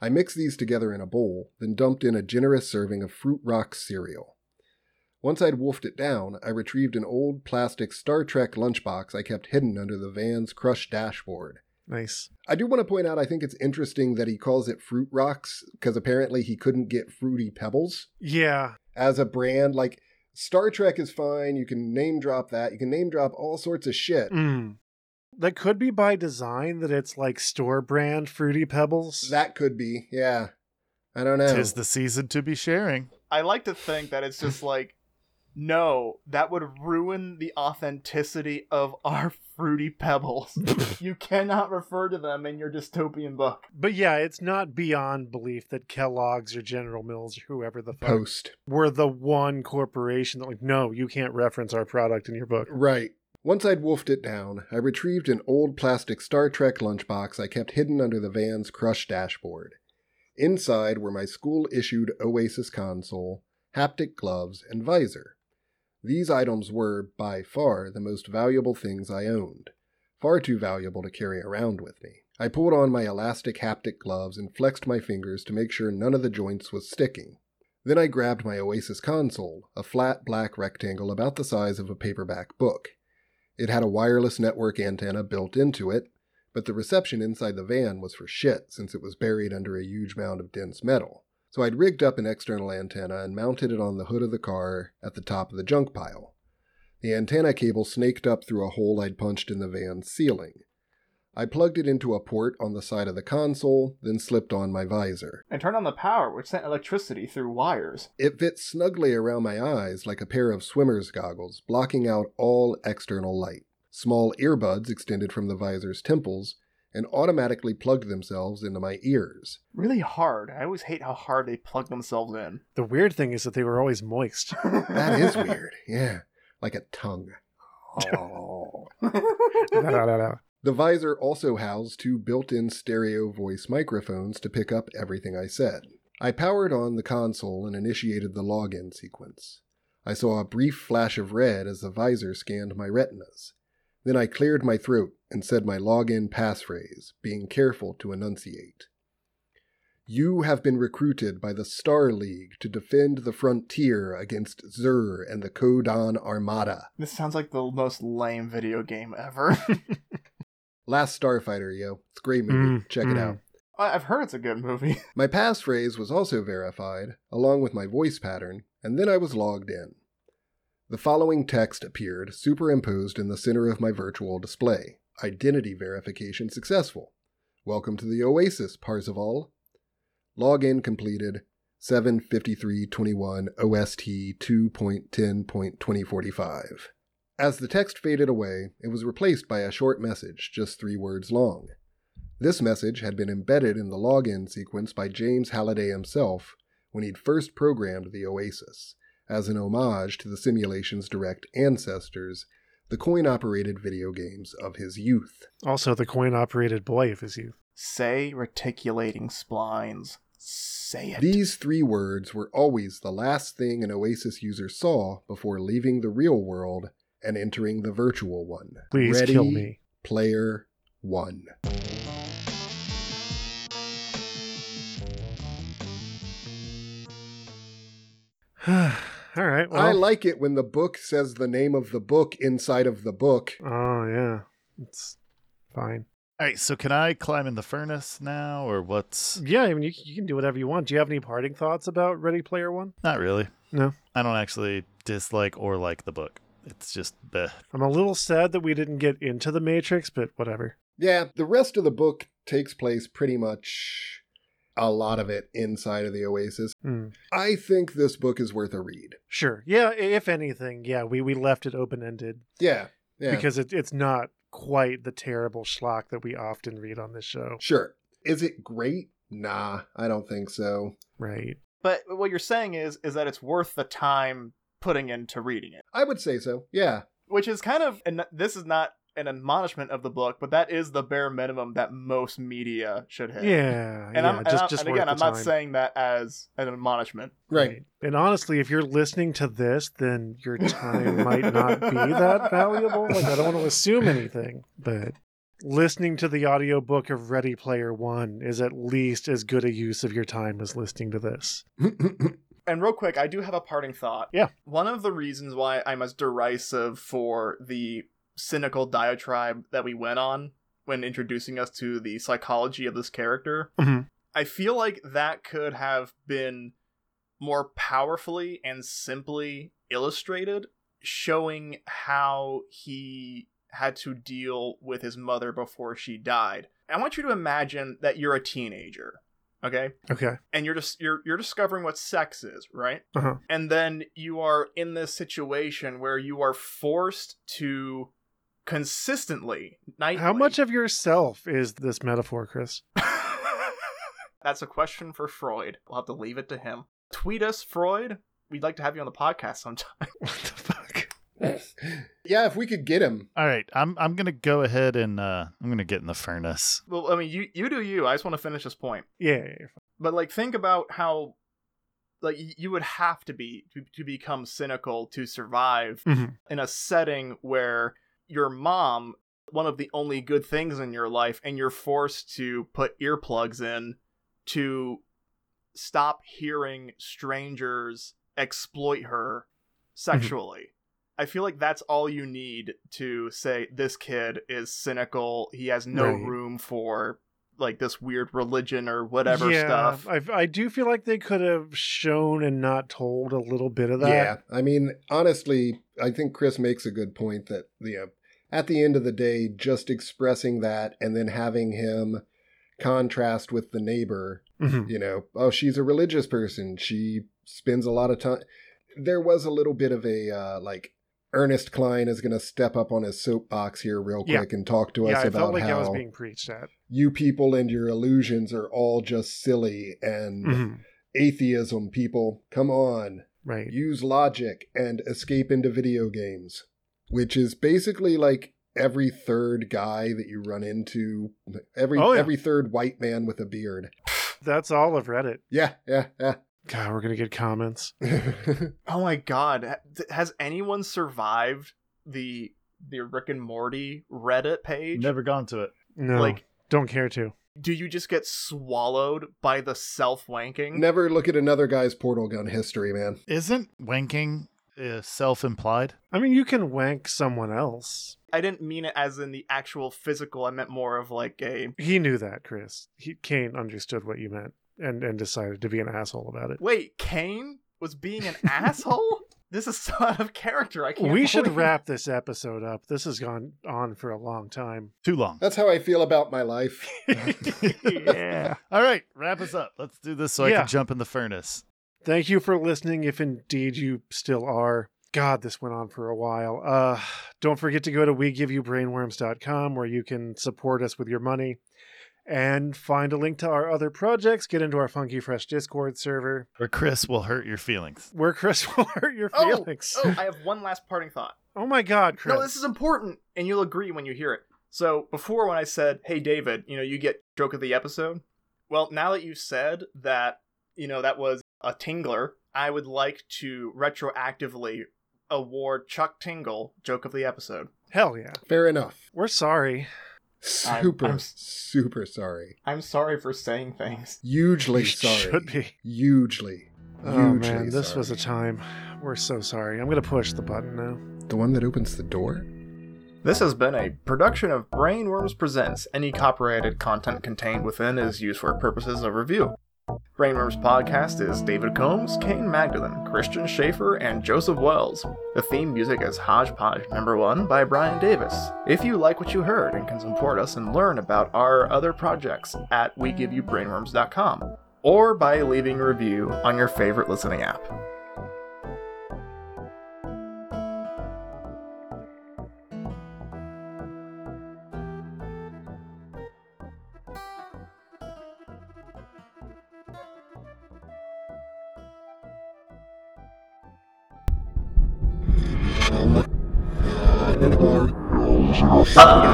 [SPEAKER 3] I mixed these together in a bowl, then dumped in a generous serving of Fruit Rock cereal. Once I'd wolfed it down, I retrieved an old plastic Star Trek lunchbox I kept hidden under the van's crushed dashboard.
[SPEAKER 1] Nice.
[SPEAKER 3] I do want to point out I think it's interesting that he calls it Fruit Rocks because apparently he couldn't get Fruity Pebbles
[SPEAKER 1] Yeah.
[SPEAKER 3] as a brand. Like Star Trek is fine. You can name drop that. You can name drop all sorts of shit.
[SPEAKER 1] Mm. That could be by design that it's like store brand Fruity Pebbles.
[SPEAKER 3] That could be. Yeah. I don't know.
[SPEAKER 2] Tis the season to be sharing.
[SPEAKER 4] I like to think that it's just like, no, that would ruin the authenticity of our fruity pebbles. you cannot refer to them in your dystopian book.
[SPEAKER 1] but yeah, it's not beyond belief that Kellogg's or General Mills or whoever the fuck
[SPEAKER 3] Post.
[SPEAKER 1] were the one corporation that like, no, you can't reference our product in your book.
[SPEAKER 3] Right. Once I'd wolfed it down, I retrieved an old plastic Star Trek lunchbox I kept hidden under the van's crushed dashboard. Inside were my school issued Oasis console, haptic gloves, and visor. These items were, by far, the most valuable things I owned, far too valuable to carry around with me. I pulled on my elastic haptic gloves and flexed my fingers to make sure none of the joints was sticking. Then I grabbed my Oasis console, a flat black rectangle about the size of a paperback book. It had a wireless network antenna built into it, but the reception inside the van was for shit since it was buried under a huge mound of dense metal. So I'd rigged up an external antenna and mounted it on the hood of the car at the top of the junk pile. The antenna cable snaked up through a hole I'd punched in the van's ceiling. I plugged it into a port on the side of the console, then slipped on my visor.
[SPEAKER 4] And turn on the power, which sent electricity through wires.
[SPEAKER 3] It fits snugly around my eyes like a pair of swimmer's goggles, blocking out all external light. Small earbuds extended from the visor's temples and automatically plugged themselves into my ears.
[SPEAKER 4] Really hard. I always hate how hard they plug themselves in.
[SPEAKER 1] The weird thing is that they were always moist.
[SPEAKER 3] That is weird. Yeah, like a tongue.
[SPEAKER 1] No, no, no, no.
[SPEAKER 3] The visor also housed two built in stereo voice microphones to pick up everything I said. I powered on the console and initiated the login sequence. I saw a brief flash of red as the visor scanned my retinas. Then I cleared my throat and said my login passphrase, being careful to enunciate. You have been recruited by the Star League to defend the frontier against Zur and the Kodan Armada.
[SPEAKER 4] this sounds like the most lame video game ever.
[SPEAKER 3] Last Starfighter, yo. It's a great movie.
[SPEAKER 1] Mm,
[SPEAKER 3] Check it
[SPEAKER 1] mm.
[SPEAKER 3] out.
[SPEAKER 4] I- I've heard it's a good movie.
[SPEAKER 3] My passphrase was also verified, along with my voice pattern, and then I was logged in. The following text appeared, superimposed in the center of my virtual display Identity verification successful. Welcome to the Oasis, Parzival. Login completed 75321 OST 2.10.2045. As the text faded away, it was replaced by a short message, just three words long. This message had been embedded in the login sequence by James Halliday himself when he'd first programmed the Oasis, as an homage to the simulation's direct ancestors, the coin operated video games of his youth.
[SPEAKER 1] Also, the coin operated boy of his youth.
[SPEAKER 4] Say reticulating splines. Say it.
[SPEAKER 3] These three words were always the last thing an Oasis user saw before leaving the real world and entering the virtual one.
[SPEAKER 1] Please
[SPEAKER 3] Ready,
[SPEAKER 1] kill me.
[SPEAKER 3] Player one.
[SPEAKER 1] All right. Well,
[SPEAKER 3] I like it when the book says the name of the book inside of the book.
[SPEAKER 1] oh yeah, it's fine.
[SPEAKER 2] All right, so can I climb in the furnace now, or what's?
[SPEAKER 1] Yeah, I mean, you, you can do whatever you want. Do you have any parting thoughts about Ready Player One?
[SPEAKER 2] Not really.
[SPEAKER 1] No.
[SPEAKER 2] I don't actually dislike or like the book. It's just bleh.
[SPEAKER 1] I'm a little sad that we didn't get into the Matrix, but whatever.
[SPEAKER 3] Yeah, the rest of the book takes place pretty much a lot of it inside of the Oasis.
[SPEAKER 1] Hmm.
[SPEAKER 3] I think this book is worth a read.
[SPEAKER 1] Sure. Yeah. i- If anything, yeah, we we left it open ended
[SPEAKER 3] Yeah, yeah.
[SPEAKER 1] because it, it's not quite the terrible schlock that we often read on this show,
[SPEAKER 3] sure. Is it great? Nah, I don't think so.
[SPEAKER 1] right?
[SPEAKER 4] But what you're saying is is that it's worth the time putting into reading it,
[SPEAKER 3] I would say so. Yeah.
[SPEAKER 4] which is kind of and this is not an admonishment of the book, but that is the bare minimum that most media should
[SPEAKER 1] Yeah.
[SPEAKER 4] have.
[SPEAKER 1] Yeah.
[SPEAKER 4] And I'm, and
[SPEAKER 1] just
[SPEAKER 4] I'm-
[SPEAKER 1] just
[SPEAKER 4] and
[SPEAKER 1] worth
[SPEAKER 4] again,
[SPEAKER 1] the
[SPEAKER 4] I'm not
[SPEAKER 1] time.
[SPEAKER 4] saying that as an admonishment.
[SPEAKER 3] Right.
[SPEAKER 1] And honestly, if you're listening to this, then your time might not be that valuable. Like I don't want to assume anything, but listening to the audiobook of Ready Player 1 is at least as good a use of your time as listening to this.
[SPEAKER 4] And real quick, I do have a parting thought.
[SPEAKER 1] Yeah.
[SPEAKER 4] One of the reasons why I'm as derisive for the cynical diatribe that we went on when introducing us to the psychology of this character,
[SPEAKER 1] Mhm.
[SPEAKER 4] I feel like that could have been more powerfully and simply illustrated, showing how he had to deal with his mother before she died. I want you to imagine that you're a teenager, okay?
[SPEAKER 1] Okay.
[SPEAKER 4] and you're just you're you're discovering what sex is, right?
[SPEAKER 1] Uh-huh.
[SPEAKER 4] And then you are in this situation where you are forced to consistently night.
[SPEAKER 1] How much of yourself is this metaphor, Chris?
[SPEAKER 4] That's a question for Freud. We'll have to leave it to him. Tweet us, Freud. We'd like to have you on the podcast sometime.
[SPEAKER 1] What the fuck?
[SPEAKER 3] yeah, if we could get him.
[SPEAKER 2] All right, I'm I'm gonna go ahead and uh, I'm gonna get in the furnace.
[SPEAKER 4] Well, I mean, you you do you. I just want to finish this point.
[SPEAKER 1] Yeah. yeah, yeah.
[SPEAKER 4] but like think about how like y- you would have to be to, to become cynical to survive
[SPEAKER 1] Mhm.
[SPEAKER 4] in a setting where your mom one of the only good things in your life and you're forced to put earplugs in to stop hearing strangers exploit her sexually i feel like that's all you need to say this kid is cynical he has no
[SPEAKER 1] Right.
[SPEAKER 4] room for like this weird religion or whatever stuff
[SPEAKER 1] I, I do feel like they could have shown and not told a little bit of that.
[SPEAKER 3] Yeah. I mean, honestly, I think Chris makes a good point that the uh, at the end of the day, just expressing that and then having him contrast with the neighbor,
[SPEAKER 1] Mhm.
[SPEAKER 3] you know, oh, she's a religious person. She spends a lot of time. There was a little bit of a uh, like Ernest Klein is going to step up on his soapbox here real
[SPEAKER 1] Yeah.
[SPEAKER 3] quick and talk to us
[SPEAKER 1] Yeah, I
[SPEAKER 3] about
[SPEAKER 1] felt like
[SPEAKER 3] how
[SPEAKER 1] I was being preached at.
[SPEAKER 3] you people and your illusions are all just silly and
[SPEAKER 1] Mhm.
[SPEAKER 3] atheism people come on
[SPEAKER 1] Right.
[SPEAKER 3] use logic and escape into video games which is basically like every third guy that you run into every
[SPEAKER 1] Oh, yeah.
[SPEAKER 3] every third white man with a beard
[SPEAKER 1] That's all of Reddit.
[SPEAKER 3] yeah yeah
[SPEAKER 1] God, we're gonna get comments.
[SPEAKER 3] yeah
[SPEAKER 4] oh my god ha- th- has anyone survived the the rick and morty reddit page
[SPEAKER 2] Never gone to it.
[SPEAKER 1] No,
[SPEAKER 4] Like-
[SPEAKER 1] don't care to.
[SPEAKER 4] do you just get swallowed by the self-wanking
[SPEAKER 3] never look at another guy's portal gun history man
[SPEAKER 2] Isn't wanking uh, self-implied?
[SPEAKER 1] I mean, you can wank someone else.
[SPEAKER 4] i didn't mean it as in the actual physical i meant more of like a
[SPEAKER 1] He knew that, Chris. He Kane understood what you meant and and decided to be an asshole about it.
[SPEAKER 4] Wait, Kane was being an asshole? This is so out of character. I can't.
[SPEAKER 1] We should
[SPEAKER 4] believe-
[SPEAKER 1] wrap this episode up. This has gone on for a long time.
[SPEAKER 2] Too long.
[SPEAKER 3] that's how i feel about my life
[SPEAKER 1] yeah.
[SPEAKER 2] All right, wrap us up. Let's do this so I
[SPEAKER 1] Yeah.
[SPEAKER 2] can jump in the furnace.
[SPEAKER 1] Thank you for listening if indeed you still are. God, this went on for a while. Uh, don't forget to go to wegiveyoubrainworms.com where you can support us with your money and find a link to our other projects, get into our Funky Fresh Discord server
[SPEAKER 2] Or Chris will hurt your feelings.
[SPEAKER 1] where Chris will hurt your
[SPEAKER 4] Oh,
[SPEAKER 1] feelings.
[SPEAKER 4] oh, I have one last parting thought.
[SPEAKER 1] Oh my God, Chris.
[SPEAKER 4] No, this is important, and you'll agree when you hear it. So before, when I said, "Hey, David," you know, you get joke of the episode. Well, now that you've said that, you know, that was a Tingler, I would like to retroactively award Chuck Tingle joke of the episode.
[SPEAKER 1] Hell yeah.
[SPEAKER 3] Fair enough.
[SPEAKER 1] We're sorry.
[SPEAKER 4] I'm-
[SPEAKER 3] Super,
[SPEAKER 4] I'm s-
[SPEAKER 3] super sorry.
[SPEAKER 4] I'm sorry for saying things.
[SPEAKER 3] Hugely
[SPEAKER 1] You
[SPEAKER 3] sorry.
[SPEAKER 1] Should be.
[SPEAKER 3] Hugely.
[SPEAKER 1] Oh
[SPEAKER 3] hugely
[SPEAKER 1] man, this
[SPEAKER 3] sorry.
[SPEAKER 1] was a time. We're so sorry. I'm gonna push the button now.
[SPEAKER 3] the one that opens the door.
[SPEAKER 4] This has been a production of Brainworms Presents. Any copyrighted content contained within is used for purposes of review. Brainworms Podcast is David Combs, Kane Magdalene, Christian Schaefer, and Joseph Wells. The theme music is Hodgepodge Number 1 by Brian Davis. If you like what you heard and can support us and learn about our other projects at WeGiveYouBrainworms.com or by leaving a review on your favorite listening app.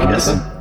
[SPEAKER 5] Yes.